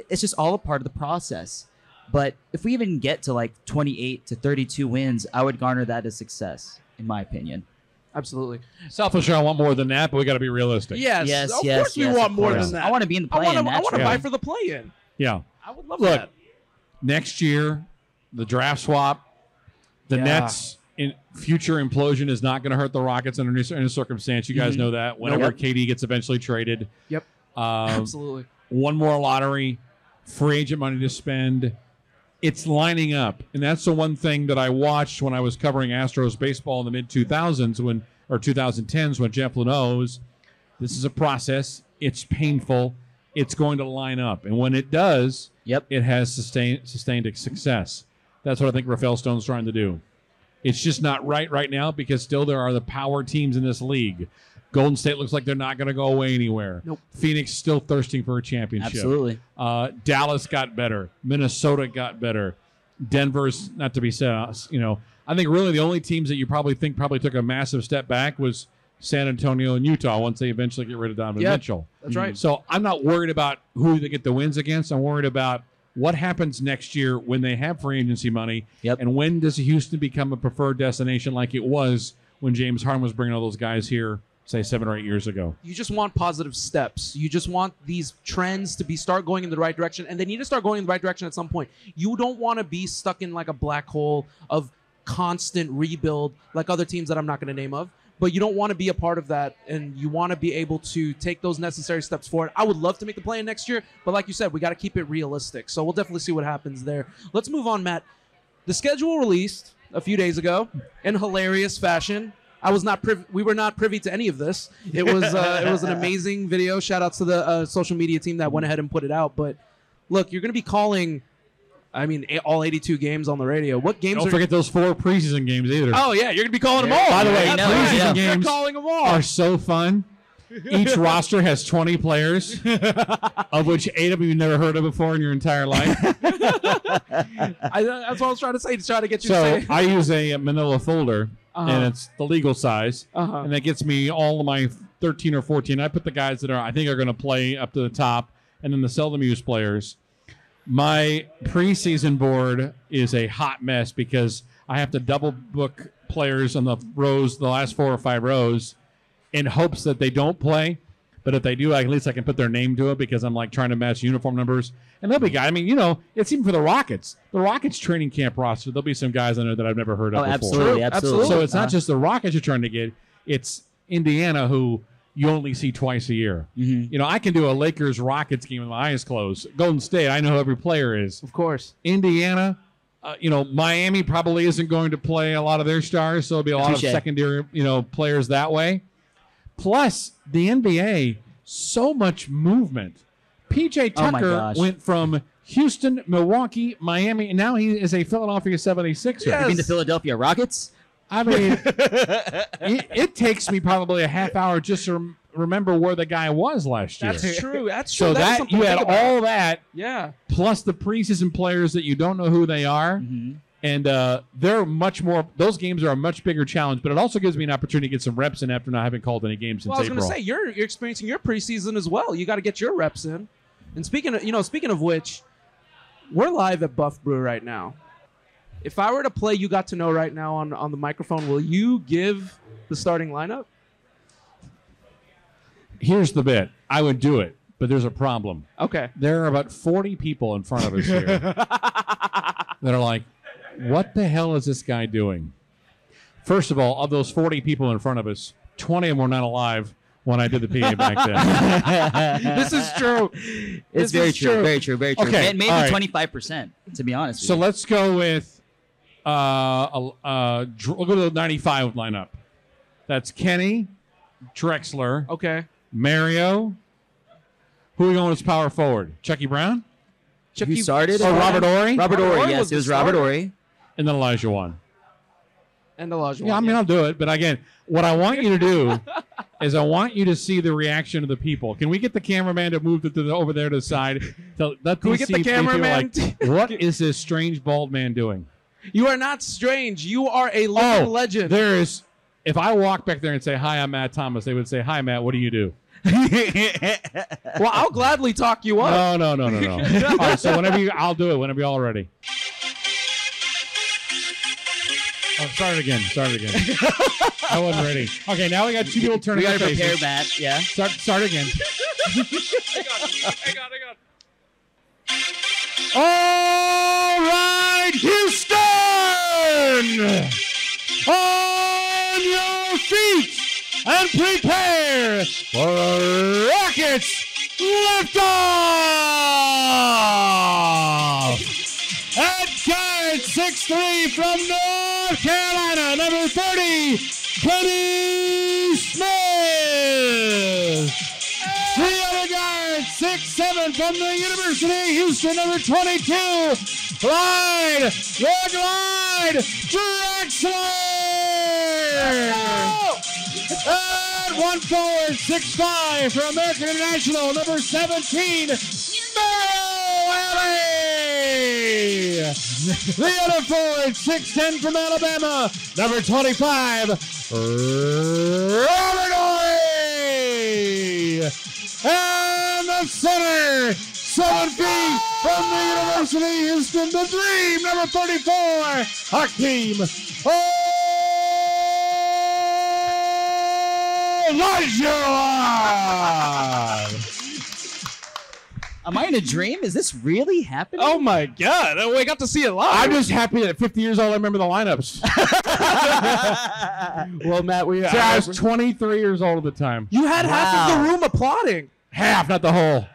Speaker 17: it's just all a part of the process. But if we even get to like 28 to 32 wins, I would garner that as success, in my opinion.
Speaker 16: Absolutely.
Speaker 13: Selfish, I want more than that, but we got to be realistic.
Speaker 16: Yes.
Speaker 17: Yes,
Speaker 16: Of
Speaker 17: yes,
Speaker 16: course we
Speaker 17: yes,
Speaker 16: want
Speaker 17: of
Speaker 16: more
Speaker 17: course.
Speaker 16: than that.
Speaker 17: I wanna be in the
Speaker 16: I wanna-
Speaker 17: play-in,
Speaker 16: I want to
Speaker 13: naturally.
Speaker 16: buy
Speaker 13: Yeah.
Speaker 16: for the play-in.
Speaker 13: Yeah.
Speaker 16: I would love
Speaker 13: Look,
Speaker 16: that.
Speaker 13: next year, the draft swap, the
Speaker 16: Yeah.
Speaker 13: Nets' in future implosion is not going to hurt the Rockets under any cir- any circumstance. You guys
Speaker 16: Mhm.
Speaker 13: know that. Whenever
Speaker 16: Yep.
Speaker 13: KD gets eventually traded,
Speaker 16: Yep.
Speaker 13: um,
Speaker 16: Absolutely.
Speaker 13: One more lottery, free agent money to spend. It's lining up, and that's the one thing that I watched when I was covering Astros baseball in the mid 2000s when or 2010s when Jeff Leno's. This is a process. It's painful. It's going to line up, and when it does,
Speaker 17: yep,
Speaker 13: it has sustained sustained success. That's what I think Rafael Stone's trying to do. It's just not right right now because still there are the power teams in this league. Golden State looks like they're not going to go away anywhere.
Speaker 16: Nope.
Speaker 13: Phoenix still thirsting for a championship.
Speaker 17: Absolutely.
Speaker 13: Uh, Dallas got better. Minnesota got better. Denver's not to be said. You know, I think really the only teams that you probably think probably took a massive step back was San Antonio and Utah once they eventually get rid of Donovan
Speaker 16: Yeah,
Speaker 13: Mitchell.
Speaker 16: that's right.
Speaker 13: So I'm not worried about who they get the wins against. I'm worried about what happens next year when they have free agency money.
Speaker 17: Yep.
Speaker 13: And when does Houston become a preferred destination like it was when James Harden was bringing all those guys here, say seven or eight years ago?
Speaker 16: You just want positive steps. You just want these trends to be start going in the right direction, and they need to start going in the right direction at some point. You don't want to be stuck in like a black hole of constant rebuild, like other teams that I'm not going to name of. But you don't want to be a part of that, and you want to be able to take those necessary steps forward. I would love to make the play in next year, but like you said, we got to keep it realistic. So we'll definitely see what happens there. Let's move on, Matt. The schedule released a few days ago in hilarious fashion. I was not priv- we were not privy to any of this. It was uh, it was an amazing video. Shout outs to the uh, social media team that went ahead and put it out. But look, you're going to be calling. I mean, a- all 82 games on the radio. What games?
Speaker 13: Don't
Speaker 16: are-
Speaker 13: forget those four preseason games either.
Speaker 16: Oh yeah, you're going to be calling them all.
Speaker 13: By the way,
Speaker 16: That's right.
Speaker 13: preseason
Speaker 16: You're
Speaker 13: games
Speaker 16: calling them all.
Speaker 13: are so fun. Each roster has 20 players, of which eight of you have never heard of before in your entire life.
Speaker 16: I, that's what I was trying to say. To try to get you.
Speaker 13: so
Speaker 16: to say.
Speaker 13: I use a uh, manila folder,
Speaker 16: Uh-huh.
Speaker 13: and it's the legal size,
Speaker 16: Uh-huh.
Speaker 13: and that gets me all of my 13 or 14. I put the guys that are I think are going to play up to the top, and then the seldom used players. My preseason board is a hot mess because I have to double book players on the rows, the last four or five rows, in hopes that they don't play. But if they do, I- at least I can put their name to it because I'm like trying to match uniform numbers. And there'll be guys. I mean, you know, it's even for the Rockets. The Rockets training camp roster. There'll be some guys on there that I've never heard of.
Speaker 17: Oh,
Speaker 13: before.
Speaker 17: absolutely, True, absolutely.
Speaker 13: So it's not
Speaker 17: Uh-huh.
Speaker 13: just the Rockets you're trying to get. It's Indiana who you only see twice a year. You know, I can do a Lakers Rockets game with my eyes closed. Golden State, I know who every player is.
Speaker 16: Of course.
Speaker 13: Indiana, uh, you know, Miami probably isn't going to play a lot of their stars, so it'll be a lot
Speaker 17: Touche.
Speaker 13: of secondary, you know, players that way. Plus, the NBA, so much movement. PJ
Speaker 17: Oh my
Speaker 13: Tucker
Speaker 17: gosh.
Speaker 13: went from Houston, Milwaukee, Miami, and now he is a Philadelphia 76er.
Speaker 17: You mean the Philadelphia Rockets?
Speaker 13: I mean, it, it takes me probably a half hour just to rem- remember where the guy was last year.
Speaker 16: That's true. That's true.
Speaker 13: So
Speaker 16: is
Speaker 13: that
Speaker 16: something
Speaker 13: you
Speaker 16: to
Speaker 13: had
Speaker 16: think about.
Speaker 13: all that
Speaker 16: Yeah.
Speaker 13: plus the preseason players that you don't know who they
Speaker 16: Mm-hmm.
Speaker 13: are. And uh, they're much more. Those games are a much bigger challenge, but it also gives me an opportunity to get some reps in after not having called any games since
Speaker 16: Well, I was going
Speaker 13: April.
Speaker 16: to say you're you're experiencing your preseason as well. You got to get your reps in. And speaking of you know speaking of which, we're live at Buff Brew right now. If I were to play you got to know right now on on the microphone, will you give the starting lineup?
Speaker 13: Here's the bit: I would do it, but there's a problem.
Speaker 16: Okay.
Speaker 13: There are about 40 people in front of us here that are like, "What the hell is this guy doing?" First of all, of those 40 people in front of us, 20 of them were not alive when I did the PA back then. this is true. This
Speaker 17: It's very
Speaker 13: is
Speaker 17: true, Very true. Very true.
Speaker 13: Okay,
Speaker 17: Ma- Maybe
Speaker 13: all right.
Speaker 17: 25%, to be honest.
Speaker 13: So
Speaker 17: with you.
Speaker 13: let's go with uh, uh, uh, Dr- we'll go to the 95 lineup. That's Kenny, Drexler,
Speaker 16: Okay.
Speaker 13: Mario. Who are we going with as power forward? Chucky Brown?
Speaker 16: Chuck,
Speaker 11: Who
Speaker 16: you-
Speaker 11: started?
Speaker 13: Oh, Robert Ory?
Speaker 11: Robert Ory, yes, it
Speaker 16: the
Speaker 11: was Robert
Speaker 16: starter.
Speaker 11: Ory.
Speaker 13: And then Elijah Wan.
Speaker 16: And Elijah.
Speaker 13: Yeah, I mean, I'll do it. But again, what I want you to do is I want you to see the reaction of the people. Can we get the cameraman to move to the, over there to the side? To let
Speaker 16: Can we
Speaker 13: these
Speaker 16: get the
Speaker 13: see people
Speaker 16: cameraman
Speaker 13: Like, what is this strange bald man doing? Oh,
Speaker 16: You are not strange. You are a living legend.
Speaker 13: There is if I walk back there and say, "Hi, I'm Matt Thomas," they would say, "Hi, Matt. What do you do?"
Speaker 16: well, I'll gladly talk you up.
Speaker 13: No, no, no, no, no. all right, so whenever you, I'll do it whenever y'all are ready. Oh, start it again. Start it again. I wasn't ready. Okay, now we got two people turning.
Speaker 17: We
Speaker 13: their
Speaker 17: gotta prepare,
Speaker 13: faces.
Speaker 17: Matt, yeah.
Speaker 13: Start. Start again. All right, Houston! On your feet and prepare for a Rockets liftoff! Ed Garrett, 6'3 from North Carolina, number 30, Kenny Smith! The other guard, 6'7 from the University of Houston, number 22, Clyde, the Clyde Drexler. And one forward, 6'5 from American International, number 17, Merrill Alley. The other forward, 6'10 from Alabama, number 25, Robert Ory. And the center, seven feet from the University of Houston, the Dream, number 34, Hakeem Oh! Olajuwon.
Speaker 17: Am I in a dream? Is this really happening?
Speaker 16: Oh my god! I got to see it live.
Speaker 13: I'm just happy that at 50 years old, I remember the lineups.
Speaker 16: well, Matt, we.
Speaker 13: See, I was 23 years old at the time.
Speaker 16: You had half of
Speaker 17: Wow.
Speaker 16: the room applauding.
Speaker 13: Half, not the whole.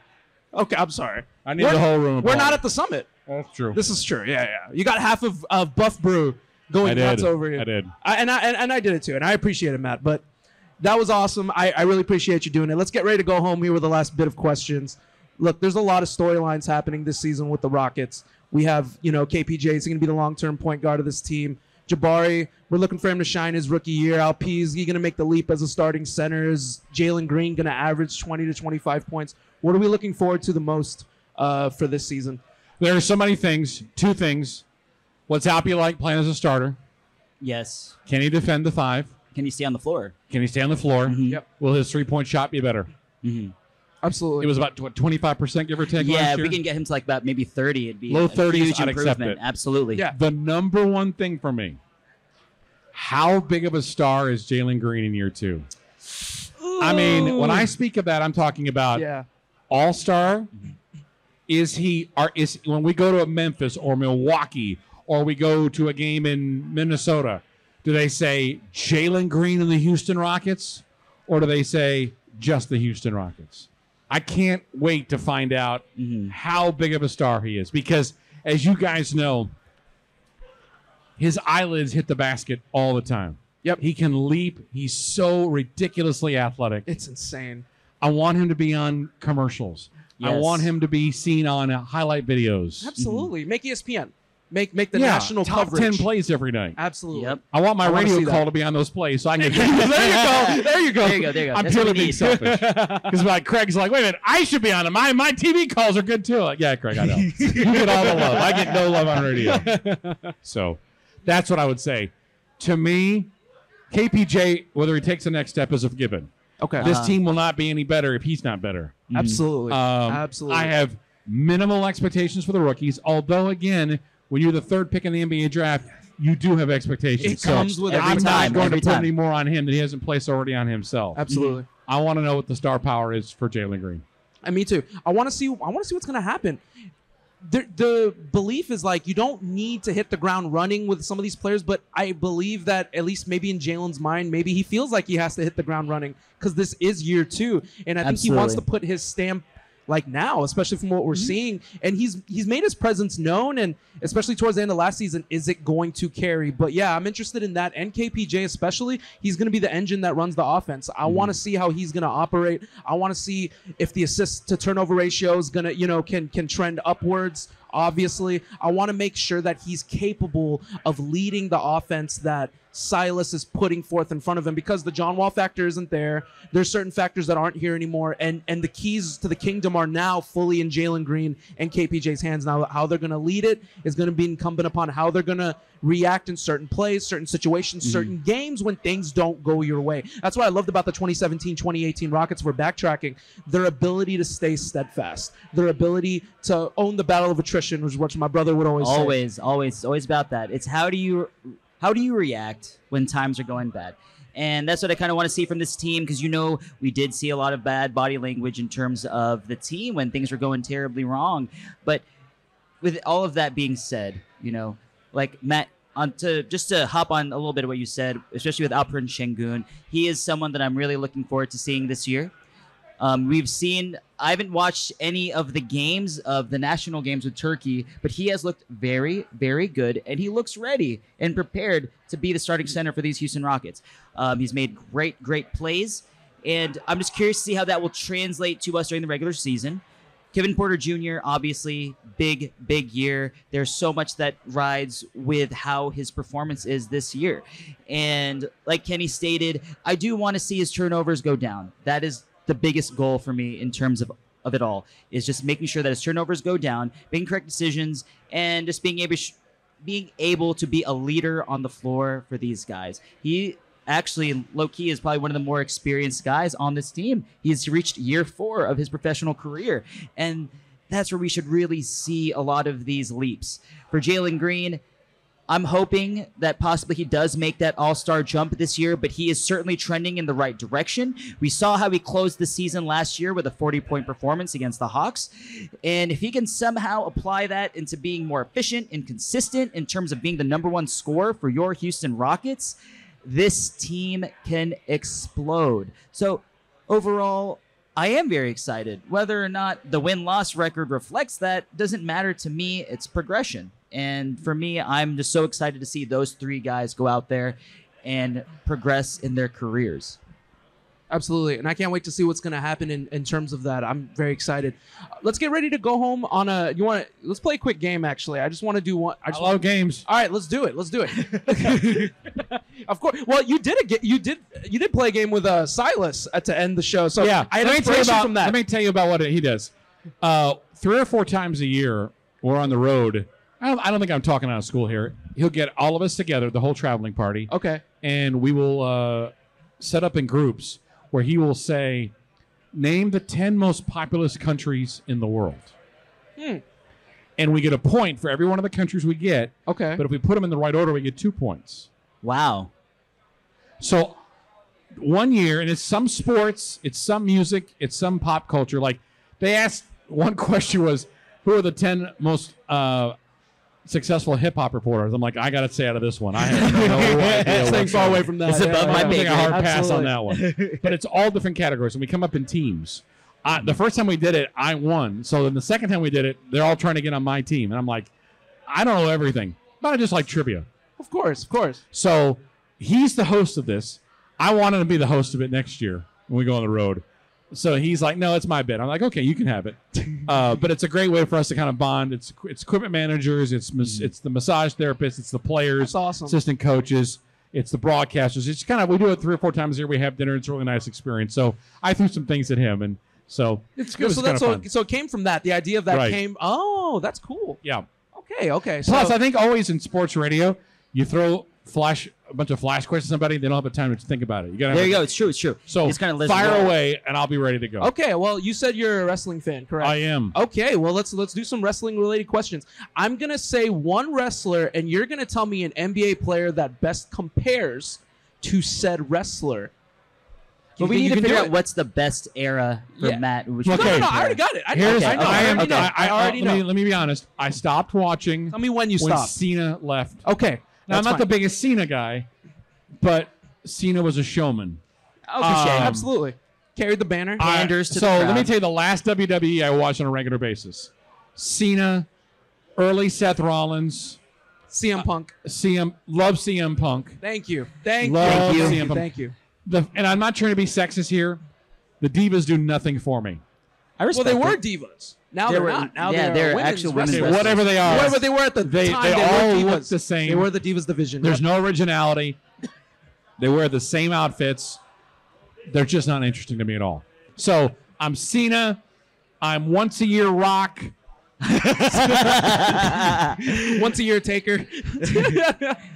Speaker 16: Okay, I'm sorry.
Speaker 13: I need
Speaker 16: We're-
Speaker 13: the whole room.
Speaker 16: We're not at the summit.
Speaker 13: That's true.
Speaker 16: This is true. Yeah, yeah. You got half of, of Buff Brew
Speaker 13: I
Speaker 16: going
Speaker 13: did.
Speaker 16: nuts over you.
Speaker 13: I did.
Speaker 16: I, and I and, and I did it too, and I appreciate it, Matt. But that was awesome. I, I really appreciate you doing it. Let's get ready to go home here with the last bit of questions. Look, there's a lot of storylines happening this season with the Rockets. We have, you know, KPJ is going to be the long-term point guard of this team. Jabari, we're looking for him to shine his rookie year. Alp is he going to make the leap as a starting center? Is Jalen Green going to average 20 to 25 points? What are we looking forward to the most uh, for this season?
Speaker 13: There are so many things. Two things. What's Happy like playing as a starter?
Speaker 17: Yes.
Speaker 13: Can he defend the five?
Speaker 17: Can you stay on the floor?
Speaker 13: Can he stay on the floor?
Speaker 16: Yep.
Speaker 13: Will his three point shot be better?
Speaker 16: Absolutely.
Speaker 13: It was about twenty five percent, give or take.
Speaker 17: Yeah,
Speaker 13: last
Speaker 17: if we
Speaker 13: year.
Speaker 17: can get him to like about maybe 30, it'd be
Speaker 13: low
Speaker 17: a
Speaker 13: thirties.
Speaker 17: huge
Speaker 13: I'd accept
Speaker 17: improvement.
Speaker 13: it.
Speaker 17: Absolutely.
Speaker 13: The number one thing for me. How big of a star is Jalen Green in year two? I mean, when I speak of that, I'm talking about
Speaker 16: Yeah.
Speaker 13: all star. Is he? Are is when we go to a Memphis or Milwaukee or we go to a game in Minnesota? Do they say Jalen Green and the Houston Rockets, or do they say just the Houston Rockets? I can't wait to find out how big of a star he is because, as you guys know, his eyelids hit the basket all the time.
Speaker 16: Yep.
Speaker 13: He can leap. He's so ridiculously athletic.
Speaker 16: It's insane.
Speaker 13: I want him to be on commercials. I
Speaker 16: Yes.
Speaker 13: want him to be seen on uh, highlight videos.
Speaker 16: Absolutely. Make E ESPN. Make make the
Speaker 13: Yeah,
Speaker 16: national
Speaker 13: top
Speaker 16: coverage.
Speaker 13: ten plays every night.
Speaker 16: Absolutely.
Speaker 13: I want my
Speaker 16: I wanna
Speaker 13: radio
Speaker 16: see that.
Speaker 13: call to be on those plays so I can. there you go. There you go.
Speaker 17: There you go, there you go.
Speaker 13: I'm
Speaker 17: That's
Speaker 13: purely
Speaker 17: what we
Speaker 13: being
Speaker 17: need.
Speaker 13: selfish. Because like Craig's like, wait a minute, I should be on it. My my TV calls are good too. Like, yeah, Craig, I know. you get all the love. I get no love on radio. so, that's what I would say. To me, KPJ, whether he takes the next step is a given.
Speaker 16: Okay.
Speaker 13: This team will not be any better if he's not better.
Speaker 17: mm-hmm.
Speaker 16: Absolutely.
Speaker 13: Um,
Speaker 16: Absolutely.
Speaker 13: I have minimal expectations for the rookies. Although, again, when you're the third pick in the NBA draft, you do have expectations.
Speaker 16: It
Speaker 13: So
Speaker 16: comes with
Speaker 13: I'm
Speaker 16: every
Speaker 13: not
Speaker 16: time,
Speaker 13: going to
Speaker 16: every
Speaker 13: put
Speaker 16: time.
Speaker 13: any more on him than he hasn't placed already on himself.
Speaker 16: Absolutely. Mhm.
Speaker 13: I want to know what the star power is for Jalen Green.
Speaker 16: And me too. I want to see. I want to see what's going to happen. The, the belief is like you don't need to hit the ground running with some of these players, but I believe that at least maybe in Jalen's mind, maybe he feels like he has to hit the ground running because this is year two, and I think he wants to
Speaker 17: Absolutely.
Speaker 16: put his stamp like now, especially from what we're seeing. And he's he's made his presence known, and especially towards the end of last season, is it going to carry? But yeah, I'm interested in that. And KPJ especially, he's going to be the engine that runs the offense. I want to see how he's going to operate. I want to see if the assist to turnover ratio is going to you know can can trend upwards. obviously. I want to make sure that he's capable of leading the offense that Silas is putting forth in front of him because the John Wall factor isn't there. There's certain factors that aren't here anymore, and and the keys to the kingdom are now fully in Jalen Green and KPJ's hands. Now, how they're going to lead it is going to be incumbent upon how they're going to react in certain plays, certain situations, certain games when things don't go your way. That's what I loved about the 2017 2018 Rockets. We're backtracking their ability to stay steadfast, their ability to own the battle of attrition, which is what my brother would always say.
Speaker 17: always, always, it's always about that. It's how do you how do you react when times are going bad? And that's what I kind of want to see from this team because you know we did see a lot of bad body language in terms of the team when things were going terribly wrong. But with all of that being said, you know, like Matt, on to just to hop on a little bit of what you said, especially with Alperin Shengun, he is someone that I'm really looking forward to seeing this year. Um, we've seen. I haven't watched any of the games of the national games with Turkey, but he has looked very, very good, and he looks ready and prepared to be the starting center for these Houston Rockets. Um, he's made great, great plays, and I'm just curious to see how that will translate to us during the regular season. Kevin Porter Jr., obviously, big, big year. There's so much that rides with how his performance is this year. And like Kenny stated, I do want to see his turnovers go down. That is the biggest goal for me in terms of, of it all, is just making sure that his turnovers go down, making correct decisions, and just being able, sh- being able to be a leader on the floor for these guys. He actually low key is probably one of the more experienced guys on this team. He's reached year four of his professional career, and that's where we should really see a lot of these leaps. For Jalen Green, I'm hoping that possibly he does make that all star jump this year, but he is certainly trending in the right direction. We saw how he closed the season last year with a 40 point performance against the Hawks. And if he can somehow apply that into being more efficient and consistent in terms of being the number one scorer for your Houston Rockets, this team can explode. So overall, I am very excited. Whether or not the win loss record reflects that doesn't matter to me. It's progression. And for me, I'm just so excited to see those three guys go out there and progress in their careers.
Speaker 16: Absolutely. And I can't wait to see what's going to happen in, in terms of that. I'm very excited. Uh, Let's get ready to go home on a. You want to. Let's play a quick game, actually. I just want to do one. I, just
Speaker 13: I love games.
Speaker 16: All right, let's do it. Let's do it. of course. Well, you did a, ge- you did you did play a game with uh, Silas at, to end the show. So
Speaker 13: yeah,
Speaker 16: I had
Speaker 13: let me tell you
Speaker 16: inspiration
Speaker 13: about,
Speaker 16: from that.
Speaker 13: Let me tell you about what he does. Uh, three or four times a year, we're on the road. I don't, I don't think I'm talking out of school here. He'll get all of us together, the whole traveling party.
Speaker 16: Okay.
Speaker 13: And we will uh, set up in groups where he will say, "Name the ten most populous countries in the world,"
Speaker 16: Hmm.
Speaker 13: and we get a point for every one of the countries we get.
Speaker 16: Okay.
Speaker 13: But if we put them in the right order, we get two points.
Speaker 17: Wow.
Speaker 13: So one year, and it's some sports, it's some music, it's some pop culture. Like they asked, one question was, "Who are the ten most uh, successful hip hop reporters?" I'm like, I gotta stay out of this one. I have no idea.
Speaker 16: Staying
Speaker 13: which
Speaker 16: far
Speaker 13: one.
Speaker 16: away from that.
Speaker 13: It's
Speaker 16: Yeah,
Speaker 13: above
Speaker 16: yeah,
Speaker 13: my
Speaker 16: yeah.
Speaker 13: pay grade.
Speaker 16: Absolutely.
Speaker 13: hard pass on that one. But it's all different categories, and we come up in teams. I, the first time we did it, I won. So then the second time we did it, they're all trying to get on my team, and I'm like, I don't know everything, but I just like trivia.
Speaker 16: Of course, of course.
Speaker 13: So he's the host of this. I wanted to be the host of it next year when we go on the road. So he's like, "No, it's my bit." I'm like, "Okay, you can have it." Uh, but it's a great way for us to kind of bond. It's it's equipment managers, it's mas- it's the massage therapists, it's the players,
Speaker 16: Mm-hmm. That's awesome.
Speaker 13: assistant coaches, it's the broadcasters. It's kind of we do it three or four times a year. We have dinner. It's a really nice experience. So I threw some things at him, and so
Speaker 16: It's
Speaker 13: It
Speaker 16: good.
Speaker 13: was
Speaker 16: So that's
Speaker 13: kinda
Speaker 16: so,
Speaker 13: fun.
Speaker 16: so it came from that. The idea of that
Speaker 13: Right.
Speaker 16: came. Oh, that's cool.
Speaker 13: yeah.
Speaker 16: Okay. Okay. So
Speaker 13: Plus, I think always in sports radio, you throw flash a bunch of flash questions at somebody, they don't have the time to think about it. You gotta
Speaker 17: There
Speaker 13: have
Speaker 17: you
Speaker 13: a-
Speaker 17: go. It's true. It's true.
Speaker 13: So
Speaker 17: It's kinda lives
Speaker 13: fire
Speaker 17: well.
Speaker 13: away, and I'll be ready to go.
Speaker 16: Okay, well, you said you're a wrestling fan, correct?
Speaker 13: I am.
Speaker 16: Okay, well let's let's do some wrestling related questions. I'm gonna say one wrestler, and you're gonna tell me an NBA player that best compares to said wrestler.
Speaker 17: But we
Speaker 16: You
Speaker 17: need
Speaker 16: can
Speaker 17: to
Speaker 16: do
Speaker 17: figure
Speaker 16: it.
Speaker 17: out what's the best era for
Speaker 16: Yeah.
Speaker 17: Matt. Which
Speaker 16: No,
Speaker 13: Okay.
Speaker 16: no, no, I already got it. I, know.
Speaker 13: Here's,
Speaker 16: I, know.
Speaker 13: I, am.
Speaker 16: already know.
Speaker 13: I, I,
Speaker 16: already
Speaker 13: let
Speaker 16: know.
Speaker 13: Me, let me be honest. I stopped watching.
Speaker 16: tell me when you
Speaker 13: when
Speaker 16: stop.
Speaker 13: Cena left.
Speaker 16: okay.
Speaker 13: Now, I'm
Speaker 16: that's
Speaker 13: not the
Speaker 16: fine.
Speaker 13: biggest Cena guy, but Cena was a showman.
Speaker 16: Okay,
Speaker 13: um,
Speaker 16: oh, absolutely. Carried the banner.
Speaker 13: I-
Speaker 17: Panders to the
Speaker 13: so let me
Speaker 17: crowd.
Speaker 13: tell you the last WWE I watched on a regular basis: Cena, early Seth Rollins,
Speaker 16: CM Punk.
Speaker 13: CM. Love CM Punk.
Speaker 16: Thank you. Thank
Speaker 13: Love
Speaker 16: you.
Speaker 13: CM
Speaker 16: Thank you.
Speaker 13: Punk.
Speaker 16: Thank you.
Speaker 13: The, and I'm not trying to be sexist here. The divas do nothing for me.
Speaker 9: I respect
Speaker 16: well, they were
Speaker 9: it.
Speaker 16: divas. Now
Speaker 9: They
Speaker 16: they are
Speaker 9: were-
Speaker 16: not. Now
Speaker 9: yeah,
Speaker 16: they're,
Speaker 9: they're
Speaker 16: women's
Speaker 9: actual women's
Speaker 16: wrestlers.
Speaker 9: wrestlers.
Speaker 13: Whatever they are.
Speaker 16: whatever they were at the
Speaker 13: They,
Speaker 16: time,
Speaker 13: they,
Speaker 16: were
Speaker 13: all
Speaker 16: divas.
Speaker 13: look the same.
Speaker 16: They were the divas division.
Speaker 13: There's
Speaker 16: Yep.
Speaker 13: no originality. They wear the same outfits. They're just not interesting to me at all. So I'm Cena. I'm once a year Rock.
Speaker 16: once a year Taker.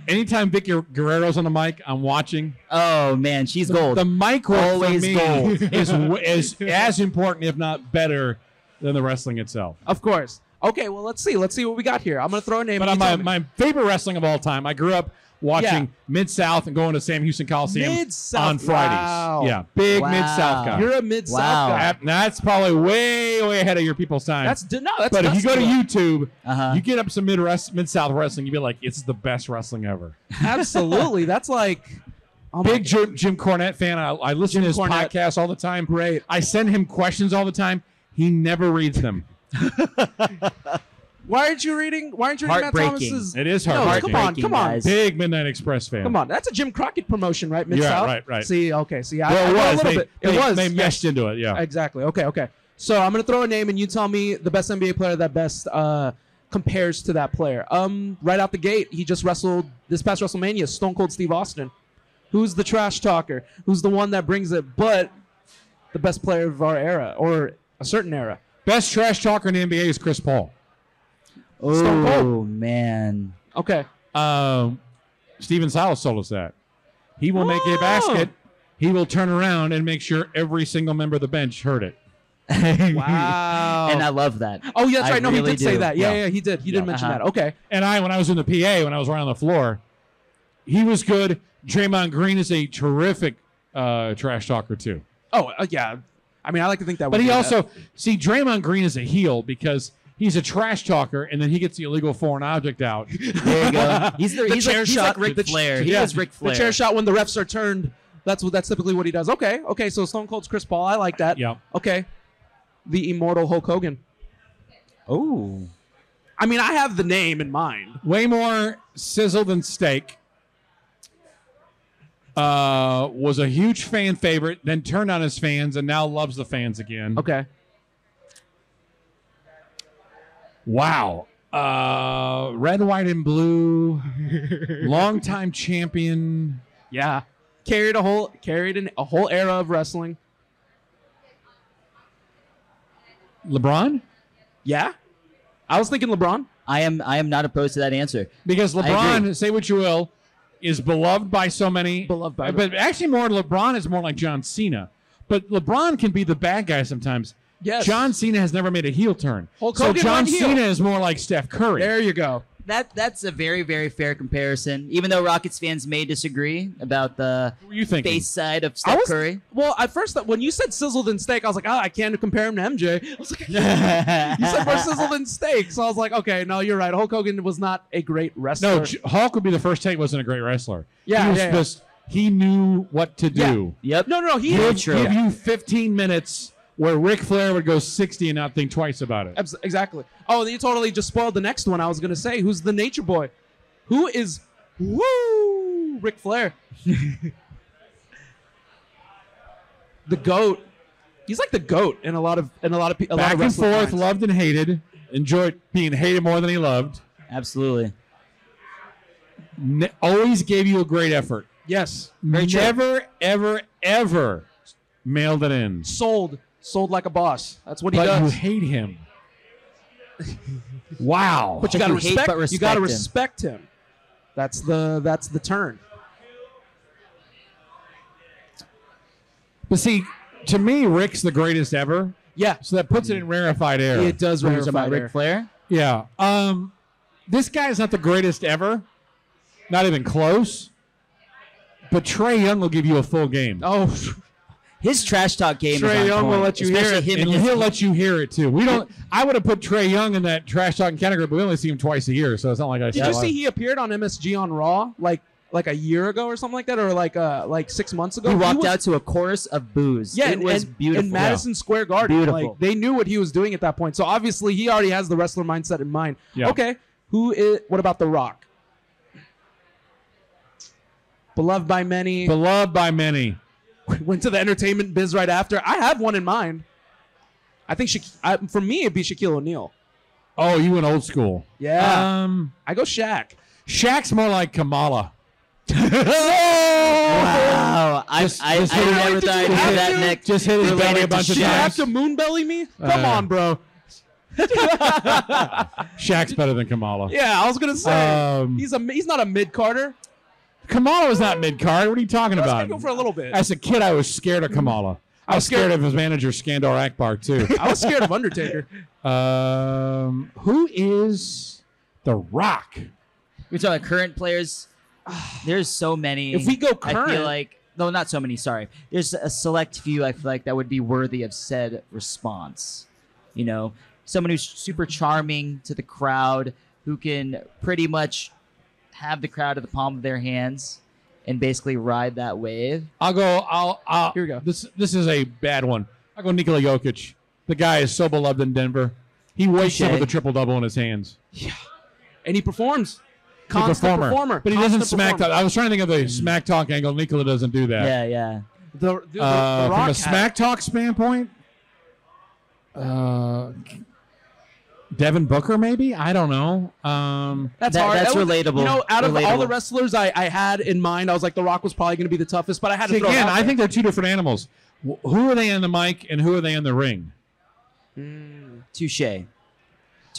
Speaker 13: Anytime Vicky Guerrero's on the mic, I'm watching.
Speaker 17: Oh man, she's gold.
Speaker 13: The mic work
Speaker 17: Always
Speaker 13: for me
Speaker 17: gold.
Speaker 13: is, w- is as important, if not better, than the wrestling itself.
Speaker 16: Of course. Okay, well let's see. Let's see what we got here. I'm gonna throw a name.
Speaker 13: But
Speaker 16: and
Speaker 13: I'm
Speaker 16: you
Speaker 13: my,
Speaker 16: tell me.
Speaker 13: my favorite wrestling of all time. I grew up watching
Speaker 16: Yeah.
Speaker 13: Mid South and going to Sam Houston Coliseum
Speaker 16: Mid-South,
Speaker 13: on Fridays.
Speaker 16: wow.
Speaker 13: Yeah, big
Speaker 16: Wow.
Speaker 13: Mid South guy.
Speaker 16: You're a Mid-South
Speaker 13: Wow.
Speaker 16: guy.
Speaker 13: That- That's probably way way ahead of your people's time.
Speaker 16: That's d- no, that's
Speaker 13: but if you go to
Speaker 16: Dustin.
Speaker 13: YouTube,
Speaker 17: Uh-huh.
Speaker 13: you get up some mid Mid South wrestling, you'd be like, it's the best wrestling ever.
Speaker 16: Absolutely. That's like oh
Speaker 13: Big Jim, Jim Cornette fan. I, I listen to his podcast all the time. Great. I send him questions all the time. He never reads them.
Speaker 16: why aren't you reading? Why aren't you reading Matt Thomas's?
Speaker 13: It is
Speaker 16: No,
Speaker 13: heartbreaking.
Speaker 16: come on, come on,
Speaker 13: Big Midnight Express fan.
Speaker 16: come on. That's a Jim Crockett promotion, right?
Speaker 13: Yeah,
Speaker 16: Mid South.
Speaker 13: right, right.
Speaker 16: See, okay, see, I,
Speaker 13: Well,
Speaker 16: I
Speaker 13: it
Speaker 16: know a
Speaker 13: was.
Speaker 16: little
Speaker 13: They-
Speaker 16: bit. It
Speaker 13: they-
Speaker 16: was.
Speaker 13: they
Speaker 16: yes.
Speaker 13: meshed into it, yeah.
Speaker 16: Exactly. Okay. Okay. So I'm gonna throw a name, and you tell me the best NBA player that best uh, compares to that player. Um, right out the gate, he just wrestled this past WrestleMania. Stone Cold Steve Austin. Who's the trash talker? Who's the one that brings it? But the best player of our era, or a certain era.
Speaker 13: Best trash talker in the NBA is Chris Paul.
Speaker 16: Stone Cold.
Speaker 17: Oh man.
Speaker 16: Okay.
Speaker 13: Um, Steven Silas told us that. He will make
Speaker 16: Oh.
Speaker 13: a basket. He will turn around and make sure every single member of the bench heard it.
Speaker 16: Wow.
Speaker 17: And I love that.
Speaker 16: Oh yeah, that's
Speaker 17: I
Speaker 16: right. No, he
Speaker 17: really
Speaker 16: did say
Speaker 17: do.
Speaker 16: that. Yeah, yeah, he did. He did
Speaker 17: Yeah.
Speaker 16: mention
Speaker 17: Uh-huh.
Speaker 16: that. Okay.
Speaker 13: And I, when I was in the PA, when I was right on the floor, he was good. Draymond Green is a terrific uh, trash talker too.
Speaker 16: Oh uh, yeah. I mean, I like to think that.
Speaker 13: But
Speaker 16: would
Speaker 13: he
Speaker 16: be that.
Speaker 13: also see Draymond Green is a heel because he's a trash talker, and then he gets the illegal foreign object out.
Speaker 17: There you go. He's the,
Speaker 16: The
Speaker 17: he's
Speaker 16: chair
Speaker 17: like, he's
Speaker 16: shot
Speaker 17: like Ric
Speaker 16: with
Speaker 17: Flair.
Speaker 16: ch-
Speaker 17: He
Speaker 16: yeah,
Speaker 17: is Ric Flair.
Speaker 16: The chair shot when the refs are turned. That's what. That's typically what he does. Okay. Okay. So Stone Cold's Chris Paul. I like that.
Speaker 13: Yeah.
Speaker 16: Okay. The immortal Hulk Hogan.
Speaker 17: Oh.
Speaker 16: I mean, I have the name in mind.
Speaker 13: Way more sizzle than steak. Uh, was a huge fan favorite, then turned on his fans, and now loves the fans again.
Speaker 16: Okay.
Speaker 13: Wow. Uh, red, white, and blue. Longtime champion.
Speaker 16: Yeah. Carried a whole carried an, a whole era of wrestling.
Speaker 13: LeBron?
Speaker 16: Yeah. I was thinking LeBron.
Speaker 17: I am I am not opposed to that answer.
Speaker 13: Because
Speaker 17: I agree.
Speaker 13: LeBron, say what you will, is beloved by so many. Beloved
Speaker 16: by-
Speaker 13: But actually, more LeBron is more like John Cena. But LeBron can be the bad guy sometimes.
Speaker 16: Yes.
Speaker 13: John Cena has never made a heel turn.
Speaker 16: Hulk
Speaker 13: so
Speaker 16: Hogan
Speaker 13: John
Speaker 16: went heel.
Speaker 13: Cena is more like Steph Curry.
Speaker 16: There you go.
Speaker 17: That that's a very very fair comparison. Even though Rockets fans may disagree about the
Speaker 13: were you thinking?
Speaker 17: face side of
Speaker 16: I
Speaker 17: Steph
Speaker 16: was-
Speaker 17: Curry.
Speaker 16: Well, at first, that- when you said sizzle than steak, I was like, oh, I can't compare him to MJ. I was like, you said more sizzle than steak. So I was like, okay, no, you're right. Hulk Hogan was not a great wrestler.
Speaker 13: No, J- Hulk would be the first take wasn't a great wrestler.
Speaker 16: Yeah,
Speaker 13: he was
Speaker 16: yeah, yeah.
Speaker 13: just he knew what to
Speaker 16: Yeah.
Speaker 13: do.
Speaker 17: Yep.
Speaker 16: No, no, no. He
Speaker 13: Give,
Speaker 16: Yeah.
Speaker 13: give you 15 minutes where Ric Flair would go 60 and not think twice about it.
Speaker 16: Abs- Exactly. Oh, you totally just spoiled the next one I was going to say. Who's the nature boy? Who is, woo, Ric Flair? the GOAT. He's like the GOAT in a lot of, in a lot of, pe- a lot
Speaker 13: Back
Speaker 16: of
Speaker 13: and
Speaker 16: wrestling
Speaker 13: forth,
Speaker 16: minds.
Speaker 13: loved and hated. Enjoyed being hated more than he loved.
Speaker 17: Absolutely.
Speaker 13: Ne- always gave you a great effort.
Speaker 16: Yes. true.
Speaker 13: Never, ever, ever mailed it in.
Speaker 16: Sold. Sold like a boss. That's what he
Speaker 13: But you
Speaker 16: does.
Speaker 13: hate him. wow.
Speaker 16: But you gotta
Speaker 17: You hate
Speaker 16: respect,
Speaker 17: but
Speaker 16: You gotta
Speaker 17: respect
Speaker 16: respect him. That's the that's the turn.
Speaker 13: But see, to me, Rick's the greatest ever.
Speaker 16: Yeah.
Speaker 13: So that puts it in rarefied air.
Speaker 16: It does
Speaker 17: What are you talking
Speaker 16: rarefied
Speaker 17: about,
Speaker 16: air.
Speaker 17: Ric Flair?
Speaker 13: Yeah. Um, this guy's not the greatest ever. Not even close. But Trey Young will give you a full game.
Speaker 16: Oh,
Speaker 17: His trash talk game. is
Speaker 13: Trey
Speaker 17: on
Speaker 13: Young
Speaker 17: point,
Speaker 13: will let you hear
Speaker 17: especially
Speaker 13: it,
Speaker 17: Him
Speaker 13: and
Speaker 17: and his-
Speaker 13: he'll let you hear it too. We don't. I would have put Trey Young in that trash talking category, but we only see him twice a year, so it's not like I.
Speaker 16: Did you see he appeared on MSG on Raw like like a year ago or something like that, or like uh like six months ago?
Speaker 17: he walked
Speaker 16: was-
Speaker 17: out to a chorus of boos.
Speaker 16: Yeah,
Speaker 17: it
Speaker 16: and-
Speaker 17: was
Speaker 16: and,
Speaker 17: beautiful.
Speaker 16: in Madison Square Garden.
Speaker 17: Beautiful.
Speaker 16: Like they knew what he was doing at that point. So obviously he already has the wrestler mindset in mind.
Speaker 13: Yeah.
Speaker 16: Okay, who is? What about The Rock? Beloved by many,
Speaker 13: beloved by many?
Speaker 16: went to the entertainment biz right after. I have one in mind. I think Shaq- I, for me it'd be Shaquille O'Neal.
Speaker 13: Oh, you went old school.
Speaker 16: Yeah. Um, I go Shaq.
Speaker 13: Shaq's more like Kamala.
Speaker 17: Wow, I, I, I never thought I'd hear that, Nick.
Speaker 13: Just hit his belly a bunch of
Speaker 16: Shaq. You have
Speaker 13: times.
Speaker 16: to moonbelly me? Come
Speaker 13: Uh,
Speaker 16: on, bro.
Speaker 13: Shaq's better than Kamala.
Speaker 16: Yeah, I was gonna say
Speaker 13: Um,
Speaker 16: he's a he's not a mid Carter.
Speaker 13: Kamala was not mid card. What are you talking
Speaker 16: Let's
Speaker 13: about?
Speaker 16: go for a little bit.
Speaker 13: As a kid, I was scared of Kamala. I was scared of his manager, Skandar Akbar, too.
Speaker 16: I was scared of Undertaker.
Speaker 13: Um, who is The Rock?
Speaker 17: We're talking current players. There's so many.
Speaker 16: If we go
Speaker 17: I feel
Speaker 16: current-
Speaker 17: like no, not so many. Sorry. There's a select few I feel like that would be worthy of said response. You know, someone who's super charming to the crowd, who can pretty much have the crowd at the palm of their hands and basically ride that wave.
Speaker 13: I'll go. I'll. I'll Here we go. This this is a bad one. I'll go Nikola Jokic. The guy is so beloved in Denver. He wakes up
Speaker 16: Touche.
Speaker 13: with a triple double in his hands.
Speaker 16: and he performs.
Speaker 13: He's a
Speaker 16: Constant
Speaker 13: performer,
Speaker 16: performer.
Speaker 13: but he doesn't
Speaker 16: Constant
Speaker 13: smack talk.
Speaker 16: performer. Mm.
Speaker 13: I was trying to think of the smack talk angle. Nikola doesn't do that.
Speaker 17: Yeah, yeah.
Speaker 16: The, the, the,
Speaker 13: Uh,
Speaker 16: the
Speaker 13: from
Speaker 16: Rock
Speaker 13: a
Speaker 16: had-
Speaker 13: smack talk standpoint, uh, Devin Booker maybe. I don't know. Um,
Speaker 16: That's hard. That was- You know, out of all the
Speaker 13: Relatable.
Speaker 16: wrestlers I, I had in mind, I was like, The Rock was probably going to be the toughest, but I had to
Speaker 13: See,
Speaker 16: throw it
Speaker 13: again,
Speaker 16: out
Speaker 13: I
Speaker 16: there.
Speaker 13: think they're two different animals. Wh- Who are they in the mic and who are they in the ring?
Speaker 17: Touche.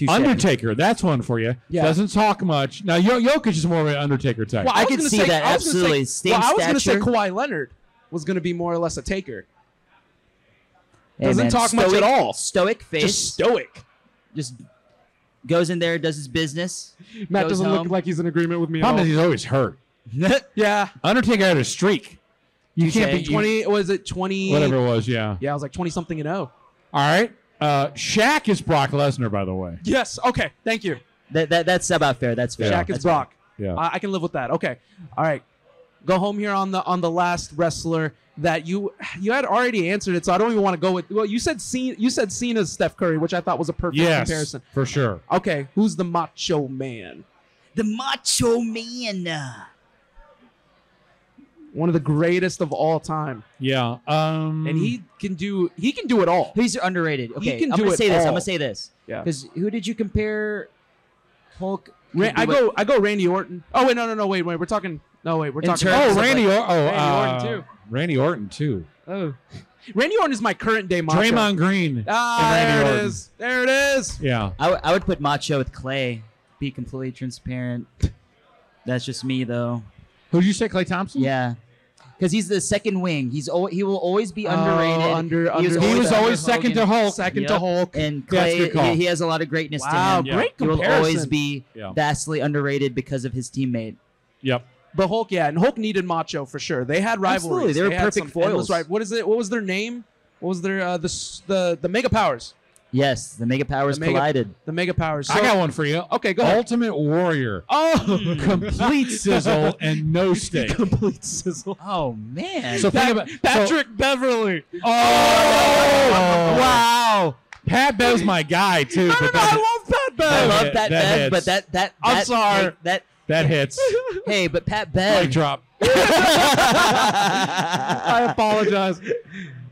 Speaker 13: Undertaker, that's one for you.
Speaker 17: Yeah.
Speaker 13: Doesn't talk much. Now, Yo- Jokic is more of an Undertaker type.
Speaker 16: Well, I,
Speaker 17: I
Speaker 16: was
Speaker 17: could
Speaker 16: gonna
Speaker 17: see
Speaker 16: say,
Speaker 17: that,
Speaker 16: I was gonna
Speaker 17: absolutely.
Speaker 16: Say,
Speaker 17: Same
Speaker 16: well, I was going to say
Speaker 17: stature.
Speaker 16: Kawhi Leonard was going to be more or less a taker.
Speaker 17: Hey,
Speaker 16: Doesn't
Speaker 17: man,
Speaker 16: talk much at
Speaker 17: stoic-
Speaker 16: all.
Speaker 17: Stoic face.
Speaker 16: Just stoic.
Speaker 17: Just goes in there, does his business.
Speaker 16: Matt
Speaker 17: goes
Speaker 16: doesn't
Speaker 17: home.
Speaker 16: look like he's in agreement with me.
Speaker 13: Problem
Speaker 16: at
Speaker 13: is
Speaker 16: all.
Speaker 13: he's always hurt.
Speaker 16: yeah.
Speaker 13: Undertaker had a streak. You can't
Speaker 16: Touche.
Speaker 13: be
Speaker 16: 20. Was it 20?
Speaker 13: Whatever it was, yeah.
Speaker 16: Yeah, I was like 20 something and oh. 0.
Speaker 13: All right. Uh, Shaq is Brock Lesnar, by the way.
Speaker 16: Yes. Okay. Thank you.
Speaker 17: That, that, that's about fair. That's fair.
Speaker 13: Yeah.
Speaker 16: Shaq is
Speaker 17: That's
Speaker 16: Brock.
Speaker 13: Yeah.
Speaker 16: I, I can live with that. Okay. All right. Go home here on the on the last wrestler that you you had already answered it, so I don't even want to go with. Well, you said Cena, you said Cena's Steph Curry, which I thought was a perfect
Speaker 13: Yes,
Speaker 16: comparison.
Speaker 13: for sure.
Speaker 16: Okay, who's the Macho Man?
Speaker 17: The Macho Man.
Speaker 16: One of the greatest of all time,
Speaker 13: Yeah. Um,
Speaker 16: and he can do he can do it all.
Speaker 17: He's underrated. Okay,
Speaker 16: can
Speaker 17: I'm
Speaker 16: do
Speaker 17: gonna
Speaker 16: it
Speaker 17: say this. I'm
Speaker 16: all.
Speaker 17: gonna say this.
Speaker 16: Yeah.
Speaker 17: Because who did you compare Hulk?
Speaker 16: Ra-
Speaker 17: could
Speaker 16: I
Speaker 17: do
Speaker 16: go
Speaker 17: it-
Speaker 16: I go Randy Orton. Oh wait, no no no wait wait we're talking no wait we're
Speaker 17: In
Speaker 16: talking.
Speaker 13: oh, Randy. Or- oh,
Speaker 16: Randy Orton
Speaker 13: uh,
Speaker 16: too.
Speaker 13: Randy Orton too.
Speaker 16: Oh, Randy Orton is my current day Macho.
Speaker 13: Draymond Green. and
Speaker 16: Ah,
Speaker 13: Randy
Speaker 16: there it
Speaker 13: Orton.
Speaker 16: is. There it is.
Speaker 13: Yeah.
Speaker 17: I, w- I would put Macho with Clay. Be completely transparent. That's just me though.
Speaker 13: Who did you say, Clay Thompson?
Speaker 17: Yeah. Because he's the second wing. He's al- he will always be
Speaker 16: Oh,
Speaker 17: underrated.
Speaker 16: under-
Speaker 17: he
Speaker 16: under-
Speaker 17: was
Speaker 13: He
Speaker 17: always,
Speaker 13: was
Speaker 17: under
Speaker 13: always second to
Speaker 17: Hogan.
Speaker 13: Hulk.
Speaker 16: Second
Speaker 17: Yep.
Speaker 16: to Hulk.
Speaker 17: And
Speaker 13: That's
Speaker 17: Clay,
Speaker 13: good call.
Speaker 17: he, he has a lot of greatness
Speaker 16: Wow,
Speaker 17: to him.
Speaker 16: great
Speaker 17: He will always
Speaker 16: comparison.
Speaker 17: be
Speaker 13: Yeah.
Speaker 17: vastly underrated because of his teammate.
Speaker 13: Yep.
Speaker 16: But Hulk, yeah, and Hulk needed Macho for sure. They had rivalries.
Speaker 17: Absolutely, they were
Speaker 16: had
Speaker 17: perfect
Speaker 16: some endless
Speaker 17: foils.
Speaker 16: ri- What is it? What was their name? What was their uh, the s- the the Mega Powers?
Speaker 17: Yes, the mega powers
Speaker 16: The mega-
Speaker 17: collided.
Speaker 16: The Mega Powers.
Speaker 13: I got one for you.
Speaker 16: Okay, go ahead.
Speaker 13: Ultimate Warrior.
Speaker 16: Oh,
Speaker 13: Complete sizzle and no steak.
Speaker 16: complete sizzle.
Speaker 17: Oh man.
Speaker 13: So think about so-
Speaker 16: Patrick Beverly.
Speaker 13: Oh, wow. Pat Bev's my guy, too.
Speaker 16: I
Speaker 13: but
Speaker 16: don't know.
Speaker 13: that-
Speaker 16: I love Pat Bev.
Speaker 17: I
Speaker 13: That
Speaker 17: love
Speaker 13: hit-
Speaker 17: Pat
Speaker 13: that
Speaker 17: Bev,
Speaker 13: hits.
Speaker 17: but that that
Speaker 13: I'm
Speaker 17: that-
Speaker 13: sorry.
Speaker 17: like, That,
Speaker 13: that hits.
Speaker 17: hey, but Pat
Speaker 13: Mic
Speaker 17: Bev.
Speaker 13: drop.
Speaker 16: I apologize.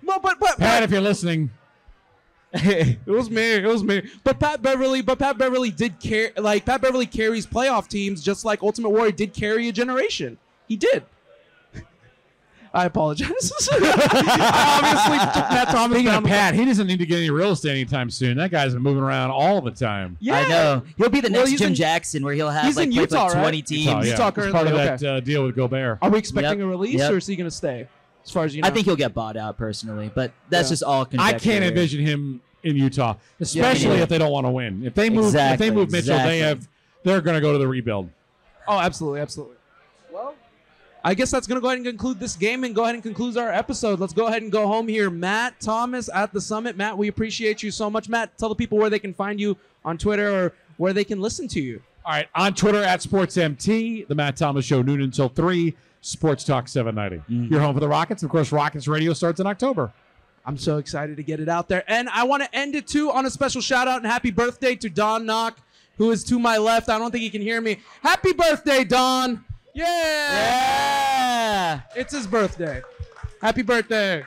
Speaker 16: No, but but
Speaker 13: Pat, if you're listening,
Speaker 16: it was me. It was me. But Pat Beverly, but Pat Beverly did care. Like Pat Beverly carries playoff teams, just like Ultimate Warrior did carry a generation. He did. I apologize. I obviously took Pat Thomas
Speaker 13: Speaking
Speaker 16: down.
Speaker 13: of Pat, he doesn't need to get any real estate anytime soon. That guy's been moving around all the time.
Speaker 16: yeah.
Speaker 17: I know. He'll be the
Speaker 16: Well,
Speaker 17: next
Speaker 16: he's
Speaker 17: Jim
Speaker 16: in-
Speaker 17: Jackson where he'll have
Speaker 16: he's
Speaker 17: like
Speaker 16: in
Speaker 17: play
Speaker 16: Utah,
Speaker 17: for
Speaker 16: right?
Speaker 17: 20 teams.
Speaker 13: Utah, yeah.
Speaker 16: Utah
Speaker 13: It's part
Speaker 16: currently,
Speaker 13: of that
Speaker 16: okay.
Speaker 13: uh, deal with Gobert.
Speaker 16: Are we expecting a
Speaker 17: Yep.
Speaker 16: release,
Speaker 17: Yep.
Speaker 16: or is he going to stay? As far as you know,
Speaker 17: I think he'll get bought out personally, but that's
Speaker 16: Yeah.
Speaker 17: just all
Speaker 13: I
Speaker 17: conjecture.
Speaker 13: can't envision him in Utah, especially
Speaker 17: neither.
Speaker 13: if they don't want to win. If they move,
Speaker 17: Exactly,
Speaker 13: if they move Mitchell,
Speaker 17: exactly.
Speaker 13: they have they're going to go to the rebuild.
Speaker 16: Oh, absolutely, absolutely. Well, I guess that's going to go ahead and conclude this game and go ahead and conclude our episode. Let's go ahead and go home here. Matt Thomas at the summit. Matt, we appreciate you so much. Matt, tell the people where they can find you on Twitter or where they can listen to you.
Speaker 13: All right, on Twitter at SportsMT, the Matt Thomas Show, noon until three, Sports Talk 790. You're home for the Rockets. Of course, Rockets Radio starts in October.
Speaker 16: I'm so excited to get it out there. And I want to end it too on a special shout out and happy birthday to Don Knock, who is to my left. I don't think he can hear me. Happy birthday, Don. yeah.
Speaker 17: Yeah.
Speaker 16: It's his birthday. Happy birthday.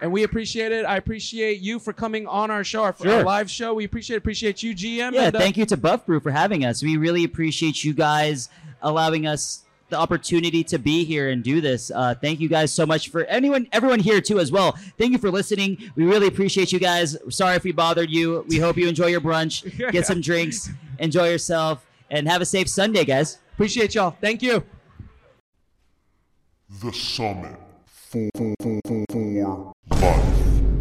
Speaker 16: and we appreciate it. I appreciate you for coming on our show, our,
Speaker 17: Sure.
Speaker 16: our live show. We appreciate appreciate you, GM.
Speaker 17: Yeah,
Speaker 16: and, uh,
Speaker 17: thank you to Buff Brew for having us. We really appreciate you guys allowing us the opportunity to be here and do this. Uh, thank you guys so much for anyone, everyone here too as well. Thank you for listening. We really appreciate you guys. Sorry if we bothered you. We hope you enjoy your brunch, get some drinks, enjoy yourself, and have a safe Sunday, guys.
Speaker 16: Appreciate y'all. Thank you.
Speaker 9: The Summit for, for, for, for life.